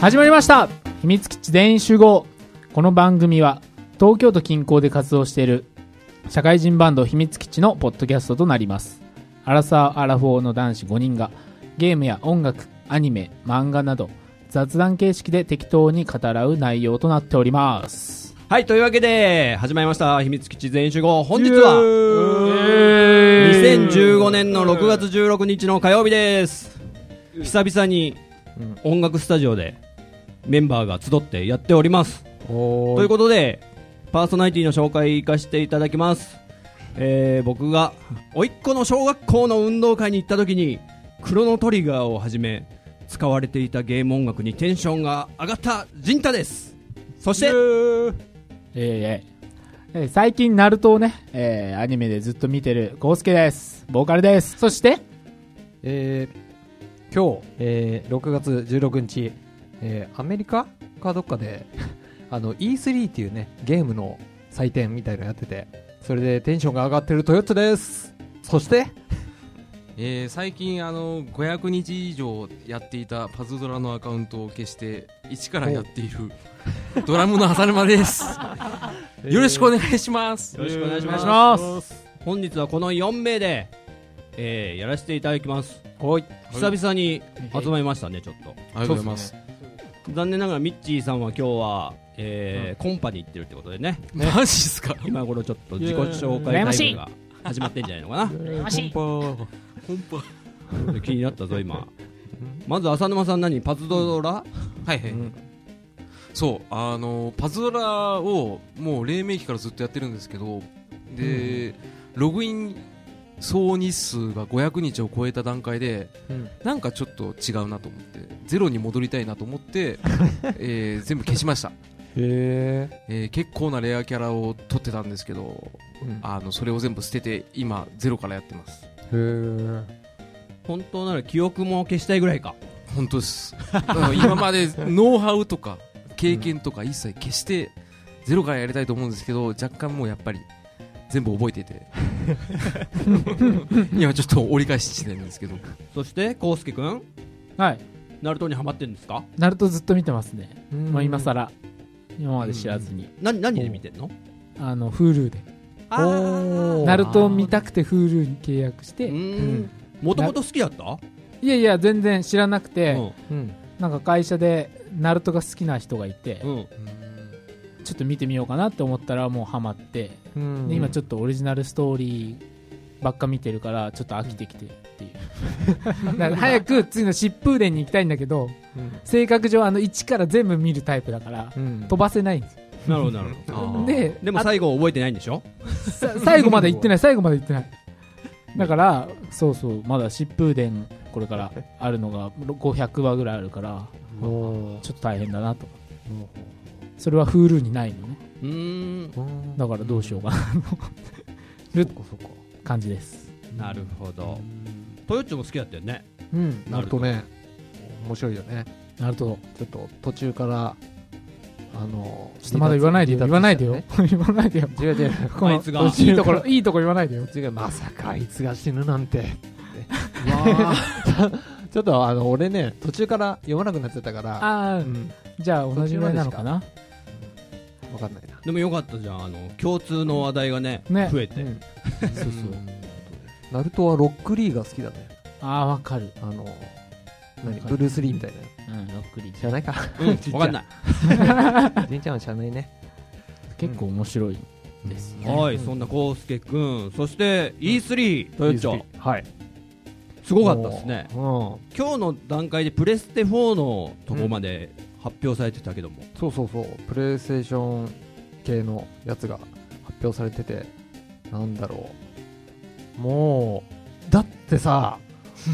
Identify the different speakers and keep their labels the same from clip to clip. Speaker 1: 始まりました秘密基地全員集合この番組は東京都近郊で活動している社会人バンド秘密基地のポッドキャストとなりますアラサー・アラフォーの男子5人がゲームや音楽アニメ漫画など雑談形式で適当に語らう内容となっております
Speaker 2: はい、というわけで、始まりました。秘密基地全員集合。本日は、
Speaker 1: 2015
Speaker 2: 2015年の6月16日の火曜日です。久々に、音楽スタジオで、メンバーが集ってやっております。ということで、パーソナリティの紹介行かせていただきます。えー、僕が、甥っ子の小学校の運動会に行った時に、クロノトリガーをはじめ、使われていたゲーム音楽にテンションが上がったジンタです。そして、
Speaker 1: ええええ最近ナルトをね、ええアニメでずっと見てるコウスケですボーカルですそして
Speaker 3: えー今日、えー6月16日、えーアメリカかどっかで あの E3 っていうねゲームの祭典みたいのやっててそれでテンションが上がってるトヨッツですそして
Speaker 4: えー最近あの500日以上やっていたパズドラのアカウントを消して一からやっているドラムの浅沼です よろしくお願いします
Speaker 2: よろしくお願いし
Speaker 1: お
Speaker 2: ま
Speaker 1: 願い
Speaker 2: す
Speaker 1: し。ます
Speaker 2: 本日はこの4名で、えーやらせていただきます
Speaker 3: おい
Speaker 2: 久々に集まりましたねちょっと
Speaker 4: ありがとうございます
Speaker 2: 残念ながらミッチーさんは今日は、えーコンパに行ってるってことでね
Speaker 4: マジっすか
Speaker 2: 今頃ちょっと自己紹介タイムが始まってんじゃないのかな 気になったぞ今まず浅沼さん何パズドラ、
Speaker 4: はいはい、そうあのパズドラをもう黎明期からずっとやってるんですけどで、ログイン総日数が500日を超えた段階で、
Speaker 3: うん
Speaker 4: なんかちょっと違うなと思ってゼロに戻りたいなと 思って、えー全部消しました
Speaker 3: へえ
Speaker 4: えー結構なレアキャラを取ってたんですけどあのそれを全部捨てて今ゼロからやってます
Speaker 3: へ
Speaker 2: 本当なら記憶も消したいぐらいか
Speaker 4: 本当ですあの今までノウハウとか経験とか一切消してゼロからやりたいと思うんですけど若干もうやっぱり全部覚えて いて今ちょっと折り返ししてるんですけど
Speaker 2: そしてコウスケ君
Speaker 1: はい
Speaker 2: ナルトにハマってんですか
Speaker 1: ナルトずっと見てますね、
Speaker 3: え
Speaker 1: まあ、今更今まで知らずに、
Speaker 2: 何何で見てんの
Speaker 1: あの Hulu で
Speaker 2: あー
Speaker 1: ナルトを見たくて Hulu に契約して
Speaker 2: うんもともと好きだった
Speaker 1: いやいや全然知らなくて、
Speaker 2: う
Speaker 3: うん
Speaker 1: なんか会社でナルトが好きな人がいて、
Speaker 2: んうん
Speaker 1: ちょっと見てみようかなって思ったらもうハマって、
Speaker 3: うん
Speaker 1: で今ちょっとオリジナルストーリーばっか見てるからちょっと飽きてきてっていう だから早く次の疾風伝に行きたいんだけど
Speaker 3: うん
Speaker 1: 性格上あの1から全部見るタイプだから
Speaker 3: うん
Speaker 1: 飛ばせないんですよ
Speaker 2: なるほどなるほ ど
Speaker 1: で
Speaker 2: でも最後覚えてないんでしょ
Speaker 1: さ最後まで行 ってない最後まで行ってないだからそうそうまだ疾風伝これからあるのが500話ぐらいあるから
Speaker 3: お
Speaker 1: ちょっと大変だなとそれは Hulu にないのね
Speaker 2: うーん
Speaker 3: ー
Speaker 1: だからどうしようかなとる感じです
Speaker 2: なるほどトヨッチョも好きだったよね
Speaker 3: うんなるとね面白いよね
Speaker 1: なるほど
Speaker 3: ちょっと途中からあの
Speaker 1: ちょっとまだ言わないでよ言わないでよ
Speaker 3: 離
Speaker 1: 言わないでよ
Speaker 3: 脱したね違う違 う
Speaker 1: この
Speaker 2: あいつが
Speaker 1: いいところいいところ言わないでよ
Speaker 3: 違うまさかあいつが死ぬなんて ちょっとあの俺ね途中から読まなくなっちゃったから
Speaker 1: ああ、
Speaker 3: うん
Speaker 1: じゃあ同じぐらいなのかな
Speaker 3: 分かんないな
Speaker 2: でもよかったじゃんあの共通の話題がね
Speaker 1: ね
Speaker 2: 増えて
Speaker 3: うん
Speaker 1: そうそう
Speaker 3: ナルトはロックリーが好きだね
Speaker 1: ああわかる
Speaker 3: あの
Speaker 1: わ
Speaker 3: 何
Speaker 1: かる
Speaker 3: ブルース・リーみたいな
Speaker 1: うんロックリー
Speaker 3: 知らないか
Speaker 2: うん
Speaker 3: ちっちゃい
Speaker 2: わかんない
Speaker 3: じいちゃんは知らないね
Speaker 1: 結構面白いですね、
Speaker 2: はいそんなコウスケ君そして E3 トヨッチョ
Speaker 3: はい
Speaker 2: すごかったですね
Speaker 3: もう
Speaker 2: 今日の段階でプレステ4のとこまで発表されてたけども
Speaker 3: うんそうそうそうプレイステーション系のやつが発表されててなんだろうもうだって さ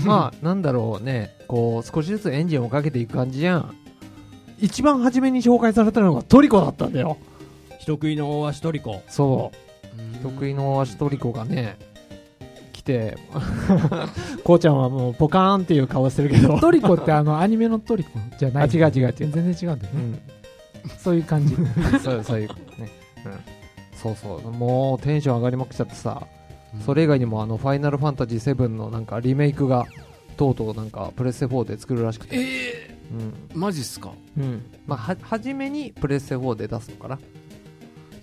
Speaker 3: まあなんだろうねこう少しずつエンジンをかけていく感じじゃん一番初めに紹介されたのがトリコだったんだよ
Speaker 2: 人食いの大足トリコ
Speaker 3: そう得意のアシトリコがね来 てこうちゃんはもうポカーンっていう顔してるけど
Speaker 1: トリコってあのアニメのトリコじゃな
Speaker 3: あ
Speaker 1: い
Speaker 3: 違う違う違
Speaker 1: 全
Speaker 3: う、
Speaker 1: 然違うんだよ
Speaker 3: う
Speaker 1: ね
Speaker 3: ん、
Speaker 1: そういう感じ
Speaker 3: そうそういうね、うん、そうそうもうテンション上がりまくっちゃってさそれ以外にもあの「ファイナルファンタジー7」のなんかリメイクがとうとうなんかプレステ4で作るらしくて、うん
Speaker 4: マジっすか
Speaker 3: うんまあ、は初めにプレステ4で出すのかなで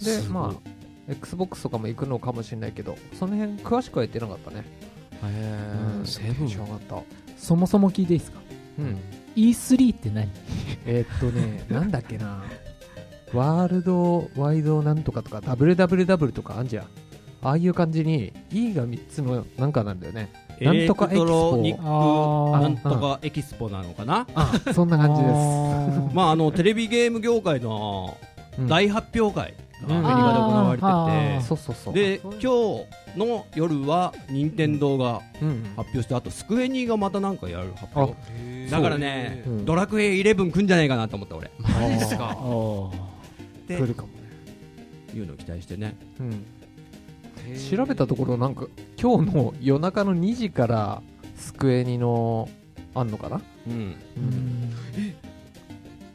Speaker 3: す
Speaker 4: ごい
Speaker 3: まあ XBOX とかも行くのかもしれないけどその辺詳しくは言ってなかったね
Speaker 4: へ
Speaker 3: うん
Speaker 4: えセブ
Speaker 3: テンション
Speaker 4: ン
Speaker 3: 上がった
Speaker 1: そもそも聞いていいですか
Speaker 3: うん
Speaker 1: E3 って何
Speaker 3: えーっとね なんだっけなワールドワイドなんとかとか WWW とかあんじゃんああいう感じに E が3つのなんかなんだよねなんとかエキ
Speaker 2: エレ
Speaker 3: スポ
Speaker 2: クトロニック
Speaker 1: あー
Speaker 2: なんとかエキスポなのかな、
Speaker 3: あそんな感じで
Speaker 2: まああのテレビゲーム業界の
Speaker 3: す、うん
Speaker 2: 大発表会がア
Speaker 3: うん
Speaker 2: メリカで行われてて、
Speaker 1: あー
Speaker 3: そうそうそう
Speaker 2: で今日の夜は任天堂が
Speaker 3: うん
Speaker 2: 発表してあとスクエニがまたなんかやる発表
Speaker 4: へー
Speaker 2: だからね
Speaker 3: うん
Speaker 2: ドラクエ11来んじゃないかなと思った俺
Speaker 4: マジっす
Speaker 1: あ
Speaker 4: か
Speaker 1: ー
Speaker 2: で
Speaker 3: 来るかもね、
Speaker 2: いうのを期待してね
Speaker 3: うん
Speaker 4: へー
Speaker 3: 調べたところなんか今日の夜中の2時からスクエニのあんのかな、
Speaker 2: うん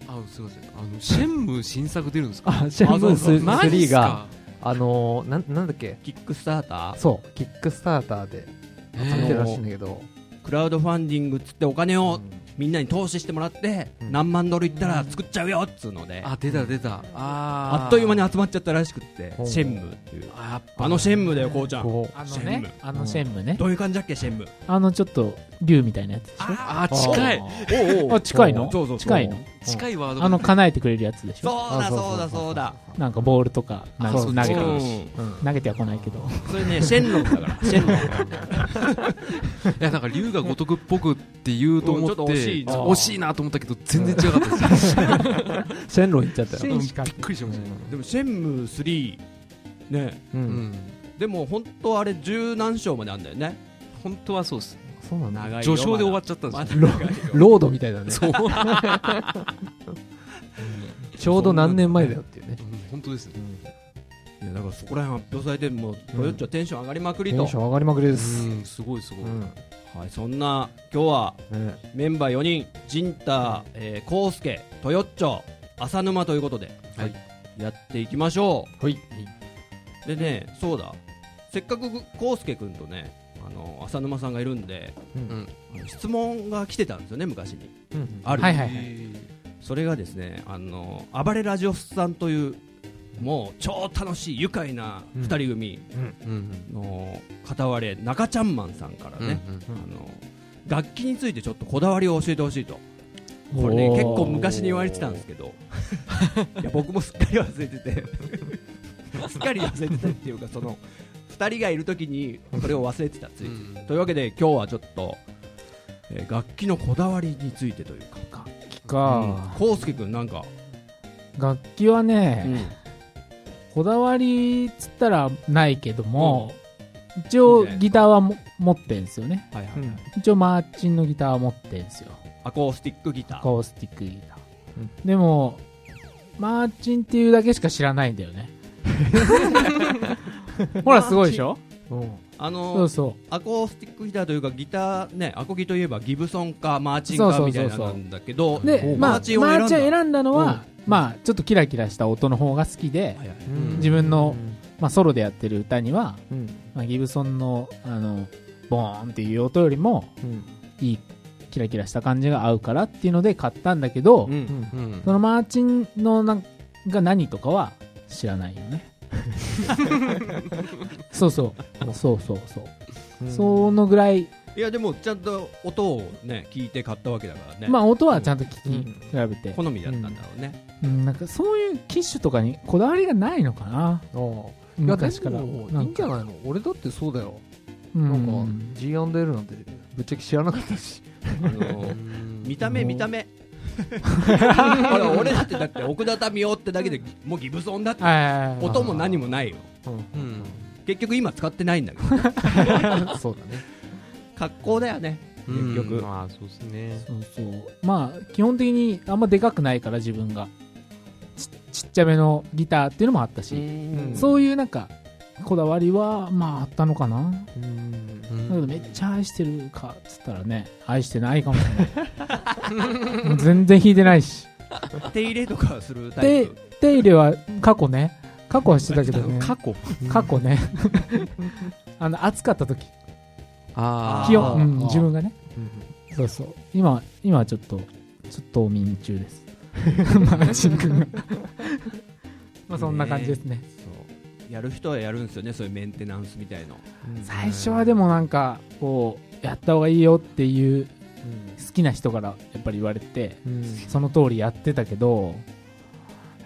Speaker 4: あすいませんあのシェンムー新作出るんですか
Speaker 3: あシェンムース
Speaker 4: マジっ
Speaker 3: 3
Speaker 4: す
Speaker 3: が
Speaker 4: か
Speaker 3: あのー、なんなんだっけ
Speaker 2: キックスターター
Speaker 3: そうキックスターターで
Speaker 4: へ
Speaker 3: 集
Speaker 4: ー
Speaker 3: めてるらしいんだけど、
Speaker 2: クラウドファンディングっつってお金
Speaker 3: う
Speaker 2: を
Speaker 3: ん
Speaker 2: みんなに投資してもらって
Speaker 3: うん
Speaker 2: 何万ドルいったら作っちゃうよっつうので
Speaker 4: あ出た出たあ
Speaker 2: あ
Speaker 4: ー
Speaker 2: っという間に集まっちゃったらしくって
Speaker 3: ほう
Speaker 2: シェンムーっていう
Speaker 4: あやっぱ
Speaker 2: あのシェンムーだよこうちゃん
Speaker 3: こう
Speaker 1: あの
Speaker 2: シェンム
Speaker 1: ねあのシェンムね
Speaker 2: どういう感じだっけシェンムー
Speaker 1: あのちょっと竜みたいなやつでしょ
Speaker 4: あ近い
Speaker 2: お
Speaker 1: あ近いの
Speaker 2: そうそうそう
Speaker 1: 近いの
Speaker 4: 近いワードが
Speaker 1: あの叶えてくれるやつでしょ
Speaker 2: そうだそうだそうだ
Speaker 1: なんかボールとかなんか
Speaker 3: あそ
Speaker 1: 投
Speaker 3: う
Speaker 1: げて
Speaker 4: そう
Speaker 1: くる
Speaker 4: そう
Speaker 2: うん
Speaker 3: うん
Speaker 1: 投げては来ないけど
Speaker 2: それねシェンロンだからシェンロン
Speaker 4: いやなんか龍が如くっぽくって言うと思って
Speaker 2: うんちょっと惜しいな
Speaker 4: 惜しいなと思ったけど全然違かったです
Speaker 3: 線路行っちゃったよ、
Speaker 4: うんびっくりしました
Speaker 2: でもシェンムー3ね
Speaker 3: う
Speaker 4: うんん
Speaker 2: でも本当あれ十何章まであんだよね
Speaker 4: 本当はそうです
Speaker 3: そうなんだ
Speaker 2: 長いよ
Speaker 4: 序章で終わっちゃったん
Speaker 2: ま
Speaker 4: です
Speaker 2: だ
Speaker 4: よ
Speaker 2: まだ長いよ
Speaker 3: ロードみたいだね
Speaker 4: そう
Speaker 3: ちょうど何年前だよっていうね
Speaker 4: うん本当ですね
Speaker 2: いやだからそこら辺発表されても
Speaker 3: う
Speaker 2: うんトヨッチョテンション上がりまく
Speaker 3: テ
Speaker 2: り
Speaker 3: ン
Speaker 2: と
Speaker 3: ション上がりまくりです、
Speaker 4: うんすごいすごい
Speaker 3: うん
Speaker 2: はいそんな今日は
Speaker 3: ね
Speaker 2: メンバー4人ジンタえーコウスケトヨッチョ浅沼ということで
Speaker 4: はい
Speaker 2: やっていきましょう
Speaker 3: はい
Speaker 2: でねそうだせっかくコウスケ君とねあの浅沼さんがいるんで
Speaker 3: うん
Speaker 2: あの質問が来てたんですよね昔に
Speaker 3: うん
Speaker 2: ある
Speaker 1: はいはい
Speaker 2: それがですねあの暴れラジオスさんというもう超楽しい愉快な2人組
Speaker 4: うん
Speaker 2: の片割れ中ちゃんマンさんから
Speaker 4: うん
Speaker 2: ね、
Speaker 3: うん
Speaker 2: あの楽器についてちょっとこだわりを教えてほしいとこれね結構昔に言われてたんですけどいや僕もすっかり忘れててすっかり忘れてたっていうかその2人がいる時にこれを忘れてたついつい、
Speaker 4: うん
Speaker 2: というわけで今日はちょっと、えー楽器のこだわりについてというか
Speaker 1: か
Speaker 2: こうすけくんなんか、
Speaker 1: 楽器はね、
Speaker 2: うん
Speaker 1: こだわりっつったらないけども、一応ギターはも持ってんすよね
Speaker 2: はいはいはい
Speaker 3: うん
Speaker 1: 一応マーチンのギターは持ってんすよ
Speaker 2: アコースティックギタ
Speaker 1: ア
Speaker 2: ー
Speaker 1: コースティックギター、
Speaker 3: うん
Speaker 1: でもマーチンっていうだけしか知らないんだよねほらすごいでしょ
Speaker 3: うん
Speaker 2: あ
Speaker 1: そ
Speaker 2: の
Speaker 1: う
Speaker 2: ー
Speaker 1: そ
Speaker 2: アコースティックギターというかギターねアコギといえばギブソンかマーチンか
Speaker 1: そうそうそう
Speaker 2: みたいなのなんだけど
Speaker 1: うで
Speaker 2: お
Speaker 1: まあマ
Speaker 2: マ
Speaker 1: ー
Speaker 2: ー
Speaker 1: チ
Speaker 2: チ
Speaker 1: ンを
Speaker 2: ンを選んだ
Speaker 1: 選んだのは、
Speaker 2: うん
Speaker 1: まあちょっとキラキラした音の方が好きで、
Speaker 2: はいはい
Speaker 3: うん
Speaker 1: 自分のまあ、ソロでやってる歌には、
Speaker 3: うん
Speaker 1: まあ、ギブソンのあのボーンっていう音よりも
Speaker 3: うん
Speaker 1: いいキラキラした感じが合うからっていうので買ったんだけど、
Speaker 2: うん
Speaker 3: うん
Speaker 4: うん
Speaker 1: そのマーチンのなんが何とかは知らないよ ねそうそうそうそうそう、そのぐらい、
Speaker 2: いやでもちゃんと音をね聞いて買ったわけだからね
Speaker 1: まあ音はちゃんと
Speaker 3: う
Speaker 1: 聞き
Speaker 3: ん
Speaker 1: 比べて、
Speaker 2: 好みだったんだろうね
Speaker 1: うんなんかそういう機種とかにこだわりがないのかな
Speaker 3: ああいや
Speaker 1: 昔から
Speaker 3: でもいいんじゃないの俺だってそうだよ、
Speaker 1: うん
Speaker 3: なんか G&L なんてぶっちゃけ知らなかっ たし
Speaker 2: あのー見た目
Speaker 3: うん
Speaker 2: 見た目俺俺だってだって奥田民生ってだけでもうギブソンだって
Speaker 1: あー
Speaker 2: 音も何もないよ
Speaker 4: うん
Speaker 2: 結局今使ってないんだけど
Speaker 3: そうだね
Speaker 2: 格好だ よね
Speaker 4: うん
Speaker 2: 結局
Speaker 4: まあそうですね
Speaker 1: そうそうまあ基本的にあんまでかくないから自分がちちっちゃめのギターっていうのもあったし、
Speaker 3: うん
Speaker 1: そういうなんかこだわりはまああったのかなだ
Speaker 3: うん
Speaker 4: うん
Speaker 1: けどめっちゃ愛してるかっつったらね愛してないかもしれない 全然弾いてないし
Speaker 2: 手入れとかするタイ
Speaker 1: で
Speaker 2: プ
Speaker 1: 手入れは過去ね過去はしてたけどね
Speaker 4: 過去
Speaker 1: 過去ね あの暑かった時
Speaker 4: あ
Speaker 2: ー
Speaker 1: 気温、うん
Speaker 3: あー
Speaker 1: 自分がね
Speaker 3: うん
Speaker 1: そうそう今は今はちょっとちょっと眠中です マーチン君が まあそんな感じですね
Speaker 2: そうやる人はやるんですよねそういうメンテナンスみたいの
Speaker 1: 最初はでもなんかこうやった方がいいよっていう好きな人からやっぱり言われて
Speaker 3: うん、うん
Speaker 1: その通りやってたけど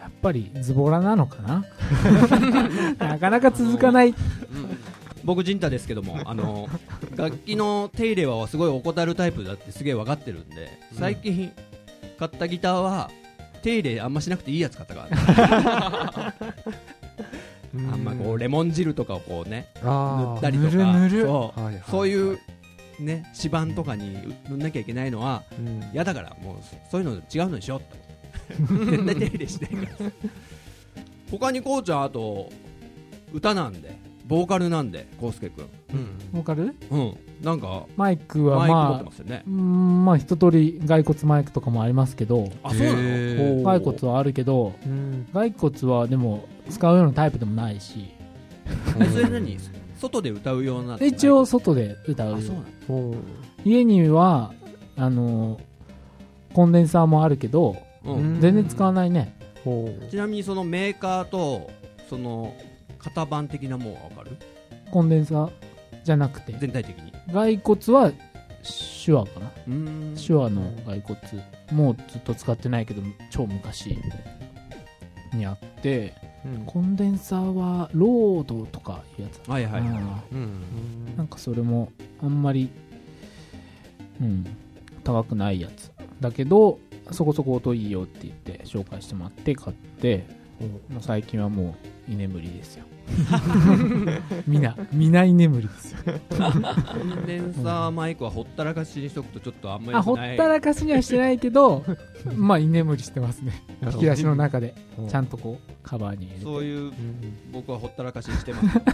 Speaker 1: やっぱりズボラなのか ななかなか続かない
Speaker 2: 僕ジンタですけどもあの楽器の手入れはすごい怠るタイプだってすげえ分かってるんで最近買ったギターは手入れあんましなくていいやつ買ったから、ね、あんまこうレモン汁とかをこうね塗
Speaker 3: あ
Speaker 2: っ
Speaker 3: ー
Speaker 2: たりと
Speaker 1: あ
Speaker 2: か
Speaker 1: ーぬるぬる
Speaker 2: そう,、
Speaker 3: はいはいはい
Speaker 2: そういうね指板とかに塗んなきゃいけないのは
Speaker 3: うん
Speaker 2: 嫌だからもうそういうの違うのにしようって絶対手入れしないから他にこうちゃんあと歌なんでボーカルなんでこうすけくん
Speaker 1: ボーカル
Speaker 2: うんなんか
Speaker 1: マイクは
Speaker 2: マイク持っ
Speaker 1: ま
Speaker 2: て
Speaker 1: あ
Speaker 2: ますよね
Speaker 1: うーんまあ一通り骸骨マイクとかもありますけど
Speaker 2: あそうなの
Speaker 4: へー
Speaker 1: 骸骨はあるけど
Speaker 3: うん
Speaker 1: 骸骨はでも使うようなタイプでもないし
Speaker 2: えそれ何外で歌うような
Speaker 1: で一応外で歌
Speaker 2: あ
Speaker 1: う
Speaker 2: そうなの
Speaker 3: ほう
Speaker 1: 家にはあのコンデンサーもあるけど
Speaker 2: うん
Speaker 3: ん
Speaker 1: 全然使わないね
Speaker 3: ほ
Speaker 2: ちなみにそのメーカーとその型番的なもんは分かる
Speaker 1: コンデンサーじゃなくて
Speaker 2: 全体的に
Speaker 1: 骸骨は手話かな
Speaker 2: うん
Speaker 1: 手話の骸骨もうずっと使ってないけど超昔にあって
Speaker 3: う、うん
Speaker 1: コンデンサーはロードとかいうやつ
Speaker 2: はいはいはい
Speaker 1: うん
Speaker 4: うん
Speaker 1: なんかそれもあんまり、うん、高くないやつだけどそこそこ音いいよって言って紹介してもらって買ってもう最近はもう居眠りですよ みんなみんな居眠りですよ
Speaker 2: コンデンサーマイクはほったらかしにしとくとちょっとあんま
Speaker 1: あ
Speaker 2: り良
Speaker 1: ほ
Speaker 2: く
Speaker 1: っ
Speaker 2: ない
Speaker 1: たらかしにはしてないけ どまあ居眠りしてますね
Speaker 3: なるほど
Speaker 1: 引き出しの中で
Speaker 3: うん
Speaker 1: ちゃんとこうカバーに入れ
Speaker 2: そういう
Speaker 3: うん
Speaker 2: 僕はほったらかしにしてます
Speaker 1: て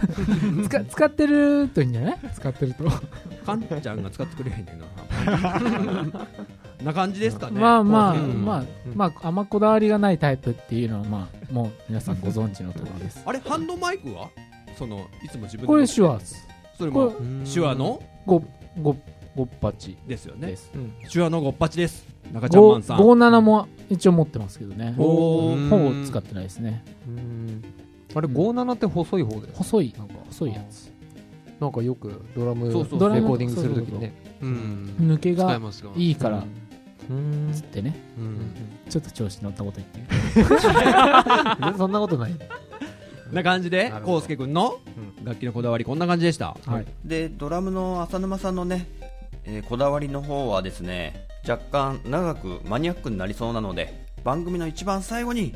Speaker 1: 使使ってるといいんじゃない使ってると
Speaker 2: カンちゃんが使ってくれへんねんな な感じですかね
Speaker 1: まあまあ、
Speaker 4: うん
Speaker 1: まあ
Speaker 3: うん
Speaker 1: まああんまこだわりがないタイプっていうのはまあもう皆さんご存知のところです
Speaker 2: あれハンドマイクはそのいつも自分で
Speaker 1: これ手話です
Speaker 2: それ
Speaker 1: こ
Speaker 2: も手話の
Speaker 1: ごごごっぱち
Speaker 2: ですよね
Speaker 1: です、
Speaker 2: 手話のごっぱちです中ちゃん
Speaker 1: ご
Speaker 2: マンさん
Speaker 1: 57も一応持ってますけどねほ
Speaker 2: お
Speaker 4: ー
Speaker 1: ぼ使ってないですね
Speaker 3: うんあれ57って細い方だよ
Speaker 1: 細い
Speaker 3: なんか
Speaker 1: 細いやつ
Speaker 3: なんかよくドラム
Speaker 2: そう
Speaker 3: レコ
Speaker 2: そう
Speaker 1: ドラム
Speaker 3: ーディングするときにね
Speaker 4: うん
Speaker 1: 抜け
Speaker 4: 使え
Speaker 1: が
Speaker 4: ますが
Speaker 1: いいから
Speaker 3: うん
Speaker 1: つってね
Speaker 4: う
Speaker 3: うん
Speaker 4: ん
Speaker 1: ちょっと調子乗ったこと言ってみ
Speaker 3: うんそんなことない
Speaker 2: な感じで
Speaker 3: なるほど
Speaker 2: こうすけくんの楽器のこだわりこんな感じでした
Speaker 1: たはい
Speaker 5: でドラムの浅沼さんのね、えーこだわりの方はですね若干長くマニアックになりそうなので番組の一番最後に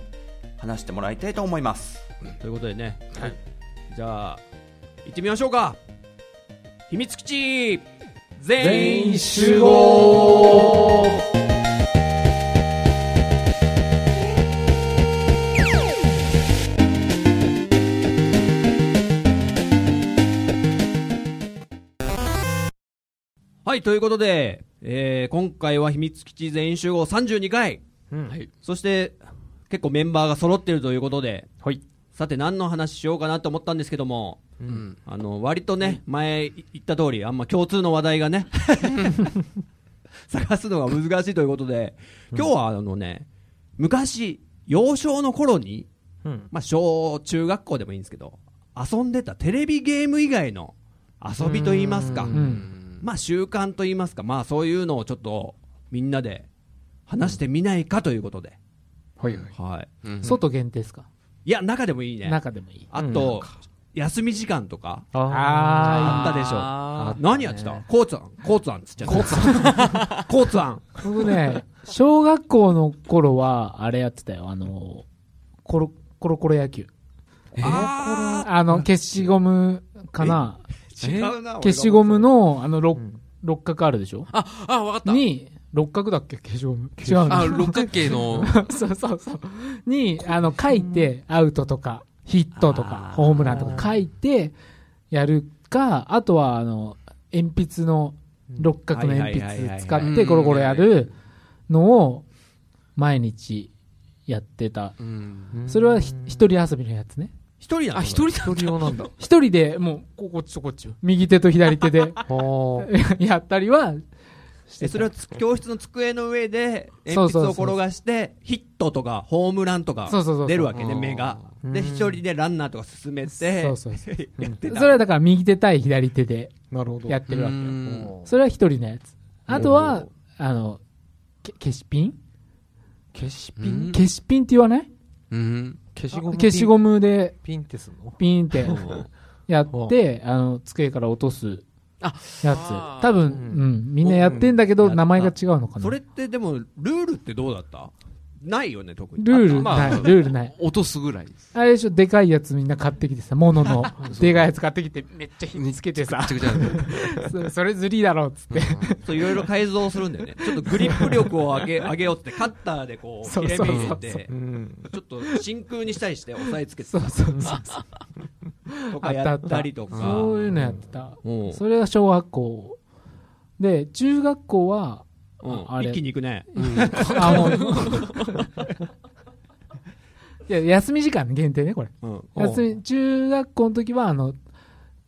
Speaker 5: 話してもらいたいと思います
Speaker 2: ということでねじゃあ行ってみましょうか秘密基地全員集合はい、ということで、えー今回は秘密基地全員集合32回、
Speaker 3: うん
Speaker 4: はい
Speaker 2: そして結構メンバーが揃ってるということで、
Speaker 3: はい
Speaker 2: さて何の話しようかなと思ったんですけども、
Speaker 4: うん
Speaker 2: あの割とね、前い言った通り、あんま共通の話題がね、 探すのが難しいということで、今日はあのね、昔、幼少の頃に、
Speaker 3: うん
Speaker 2: まあ、小中学校でもいいんですけど、遊んでたテレビゲーム以外の遊びといいますか、
Speaker 1: うん
Speaker 2: まあ、習慣といいますか、まあ、そういうのをちょっとみんなで話してみないかということで、
Speaker 3: はいはい
Speaker 2: はい、
Speaker 4: うん
Speaker 1: 外限定ですか
Speaker 2: いや、中でもいいね、
Speaker 1: 中でもいい
Speaker 2: あと、休み時間とか、
Speaker 1: あ
Speaker 2: あったでしょ
Speaker 3: あー
Speaker 2: 何やってたコーツアンコーツアンっつっちゃったコーツアンコーツアン
Speaker 1: 僕ね小学校の頃はあれやってたよあのコロコロコロ野球
Speaker 2: あ
Speaker 1: あの消しゴムかな
Speaker 2: ー違うな
Speaker 1: 消しゴム
Speaker 2: の
Speaker 1: のあの
Speaker 3: う
Speaker 1: 六
Speaker 3: ん
Speaker 1: 六角あるでしょ
Speaker 4: あわかった
Speaker 1: に六角だっけ消しゴム違う
Speaker 4: あ
Speaker 1: の
Speaker 4: 六角形の
Speaker 1: そうそうそうにあの書いてアウトとかヒットとか
Speaker 2: あー
Speaker 1: ホームランとか書いてやるかあとはあの鉛筆の六角の鉛
Speaker 2: はいはいはいは
Speaker 1: 筆
Speaker 2: い
Speaker 1: 使っ
Speaker 4: う
Speaker 1: て
Speaker 4: ん
Speaker 1: ゴロゴロやるのを毎日やってた
Speaker 4: うん
Speaker 3: うん
Speaker 1: それはひ一人遊びのやつね
Speaker 2: 一人なの
Speaker 4: あ一人
Speaker 3: 一人用なんだ
Speaker 1: 一 人でもうここっちとこっちを右手と左手で
Speaker 3: は
Speaker 1: やったりはして
Speaker 2: え
Speaker 1: た
Speaker 2: それはつ教室の机の上で
Speaker 1: そう
Speaker 2: 鉛
Speaker 1: そう
Speaker 2: 筆
Speaker 1: そ
Speaker 2: を
Speaker 1: うそう
Speaker 2: 転がしてヒットとかホームランとか
Speaker 1: そうそうそうそう
Speaker 2: 出るわけね
Speaker 4: うん
Speaker 2: 目がで
Speaker 3: うん
Speaker 2: 一人でランナーとか進めて
Speaker 1: そうそうそう
Speaker 2: やってた
Speaker 1: それはだから右手対左手で
Speaker 3: なるほど
Speaker 1: やってるわけ
Speaker 4: う
Speaker 1: よ
Speaker 4: ん
Speaker 1: それは一人のやつあとは
Speaker 3: お
Speaker 1: あのけ消しピン
Speaker 3: 消し
Speaker 4: ピン
Speaker 1: 消しピンって言わない
Speaker 4: うん
Speaker 3: 消しゴム
Speaker 1: 消しゴムで
Speaker 3: ピンってすんの
Speaker 1: ピンってやってあの机から落とす
Speaker 2: あ
Speaker 1: や
Speaker 4: あ
Speaker 1: つ
Speaker 4: ー
Speaker 1: 多分、う
Speaker 3: うん
Speaker 1: ん、みんなやってんだけ
Speaker 2: う
Speaker 1: ど
Speaker 2: んやった
Speaker 1: 名前が違うのかな
Speaker 2: それってでもルールってどうだったないよね特に
Speaker 1: ルール
Speaker 4: あま
Speaker 1: な
Speaker 4: あ
Speaker 1: い、ルールない
Speaker 4: 落とすぐらいです
Speaker 1: あれでしょでかいやつみんな買ってきてさモノのでかいやつ買ってきてめっちゃ火つけてさ
Speaker 4: めちゃくちゃなんで
Speaker 1: そそれずりだろっつって
Speaker 2: そういろいろ改造するんだよねちょっとグリップ力を上げ上げようってカッターでこう
Speaker 1: そ
Speaker 2: 切
Speaker 1: うそ
Speaker 2: れ
Speaker 1: うそう
Speaker 2: 目入れて
Speaker 3: うん
Speaker 2: ちょっと真空にしたりして押さえつけて
Speaker 1: そうそうそう
Speaker 2: とかやったりとか
Speaker 4: あったあった
Speaker 1: そういうのやってた
Speaker 2: うん
Speaker 1: それが小学校で中学校は
Speaker 2: うん
Speaker 1: あれ
Speaker 2: 一気に行くね
Speaker 1: あもう いや休み時間限定ねこれ休み中学校の時はあの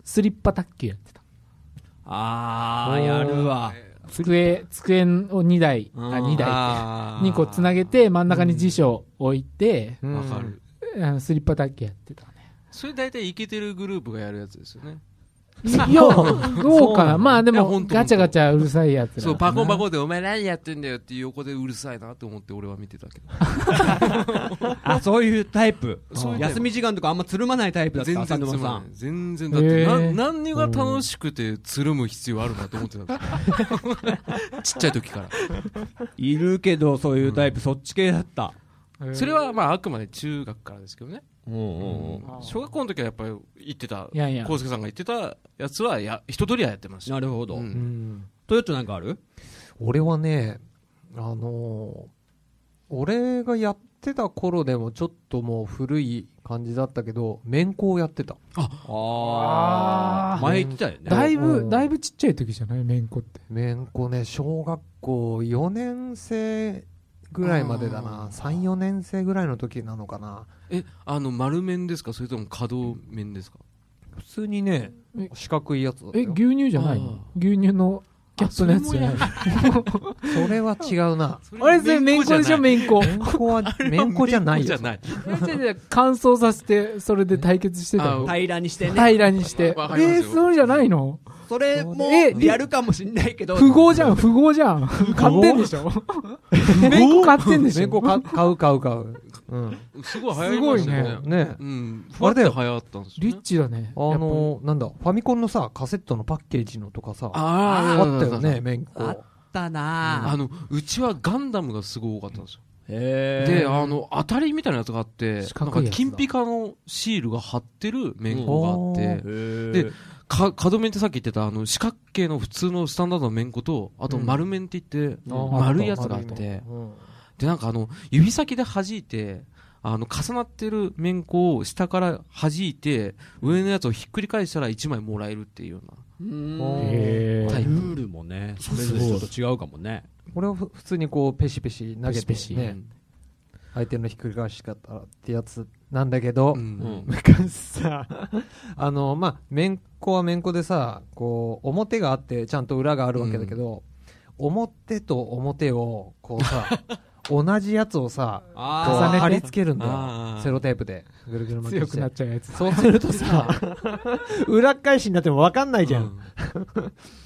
Speaker 1: スリッパ卓球やってた
Speaker 2: あーやるわ
Speaker 1: 机机を2台あ
Speaker 2: うん
Speaker 1: 2台
Speaker 4: あー
Speaker 1: 2個つなげて真ん中に辞書を置いて、
Speaker 3: うん
Speaker 4: わかる
Speaker 1: あのスリッパ卓球やってたね
Speaker 4: それ大体イケてるグループがやるやつですよね
Speaker 1: いやどうかなまあで
Speaker 4: いや
Speaker 1: も
Speaker 4: ほんと
Speaker 1: ガチャガチャうるさいやつら
Speaker 4: そうパコンパコンでお前何やってんだよっていう横でうるさいなと思って俺は見てたけど
Speaker 2: あそういうタイプ
Speaker 4: そういうタイプ
Speaker 2: 休み時間とかあんまつるまないタイプだった
Speaker 4: 全
Speaker 2: 浅
Speaker 4: 然つ
Speaker 2: 沼
Speaker 4: ま
Speaker 2: さ
Speaker 4: んない
Speaker 2: ん
Speaker 4: 全然だってな
Speaker 1: へー
Speaker 4: 何が楽しくてつるむ必要あるなと思ってたん ですよちっちゃい時から
Speaker 2: いるけどそういうタイプそっち系だった
Speaker 4: それはまああくまで中学からですけどね
Speaker 2: うんうんうん
Speaker 4: 小学校の時はやっぱり行ってた
Speaker 1: いやいや
Speaker 4: 康介さんが言ってたやつはや一通りはやってました
Speaker 2: なるほど
Speaker 4: う
Speaker 3: う
Speaker 4: ん
Speaker 3: ん
Speaker 2: トヨッチョなんかある
Speaker 3: 俺はねあのー俺がやってた頃でもちょっともう古い感じだったけど面子をやってた
Speaker 2: あ
Speaker 1: あー
Speaker 2: ー前言ってたよね
Speaker 1: だいうぶ
Speaker 3: ん
Speaker 1: だいぶちっちゃい時じゃないめんこって
Speaker 3: 面子ね小学校4年生ぐらいまでだな
Speaker 4: あー
Speaker 3: 34年生ぐらいの時なのかな
Speaker 4: えあの丸面ですかそれとも可動面ですか
Speaker 3: 普通にね
Speaker 1: え
Speaker 3: 四角いやつだった
Speaker 1: え
Speaker 3: よ
Speaker 1: 牛乳じゃないの牛乳のキャップのやつじゃない
Speaker 3: それは違うな
Speaker 1: あれそれめんこでしょめんこ
Speaker 3: 面子は面子じゃない
Speaker 4: じ
Speaker 3: よ
Speaker 4: ゃない
Speaker 1: 乾燥させてそれで対決してたよ
Speaker 4: あ
Speaker 2: 平らにしてね
Speaker 1: 平らにして
Speaker 4: わかります
Speaker 1: え
Speaker 4: よ
Speaker 1: ーそうじゃないの
Speaker 2: それも
Speaker 1: え
Speaker 2: やるかもしんないけど
Speaker 1: 富豪じゃん富豪じゃん買ってんでしょめんこ買ってんでし
Speaker 3: 面子
Speaker 1: ょ
Speaker 3: か買う買う買ううん
Speaker 4: すごい流行りましたよ
Speaker 1: す
Speaker 4: ね
Speaker 1: ご
Speaker 3: ね
Speaker 4: うんふわって流行ったんですよ
Speaker 1: リ
Speaker 4: ね
Speaker 1: ッチだね
Speaker 3: あのーなんだファミコンのさカセットのパッケージのとかさあ
Speaker 4: あー
Speaker 3: ったよね面子
Speaker 2: あったな
Speaker 4: あのうちはガンダムがすごい多かったんですよ
Speaker 2: へ
Speaker 4: であの当たりみたいなやつがあって
Speaker 1: 四角い
Speaker 4: なんか
Speaker 1: やつだ
Speaker 4: 金ピカのシールが貼ってる面子があって
Speaker 2: で
Speaker 4: でか角面ってさっき言ってたあの四角形の普通のスタンダードの面子とあと丸面って言って、
Speaker 3: あー
Speaker 4: 丸いやつがあって
Speaker 3: うん
Speaker 4: でなんかあの指先で弾いてあの重なってる面子を下から弾いて上のやつをひっくり返したら1枚もらえるっていうような
Speaker 1: へ
Speaker 2: ル
Speaker 4: タイプ
Speaker 2: ールもねそれぞれちょっと違うかもね
Speaker 3: これをふ普通にこうペシペシ投げて
Speaker 1: ペシペシ
Speaker 3: ね相手のひっくり返し方ってやつなんだけど、
Speaker 4: うん
Speaker 2: うん
Speaker 3: 昔さあのまあ面子は面子でさこう表があってちゃんと裏があるわけだけど、表と表をこうさ同じやつをさこう
Speaker 1: 重ねて
Speaker 3: 貼り付けるんだ
Speaker 4: あ
Speaker 3: よ
Speaker 4: ー
Speaker 3: セロテープでぐるぐる巻き
Speaker 1: 強
Speaker 3: に
Speaker 1: く
Speaker 3: し
Speaker 1: なってちゃうやつ
Speaker 3: そうするとさ裏返しになっても分かんないじゃん、
Speaker 4: うん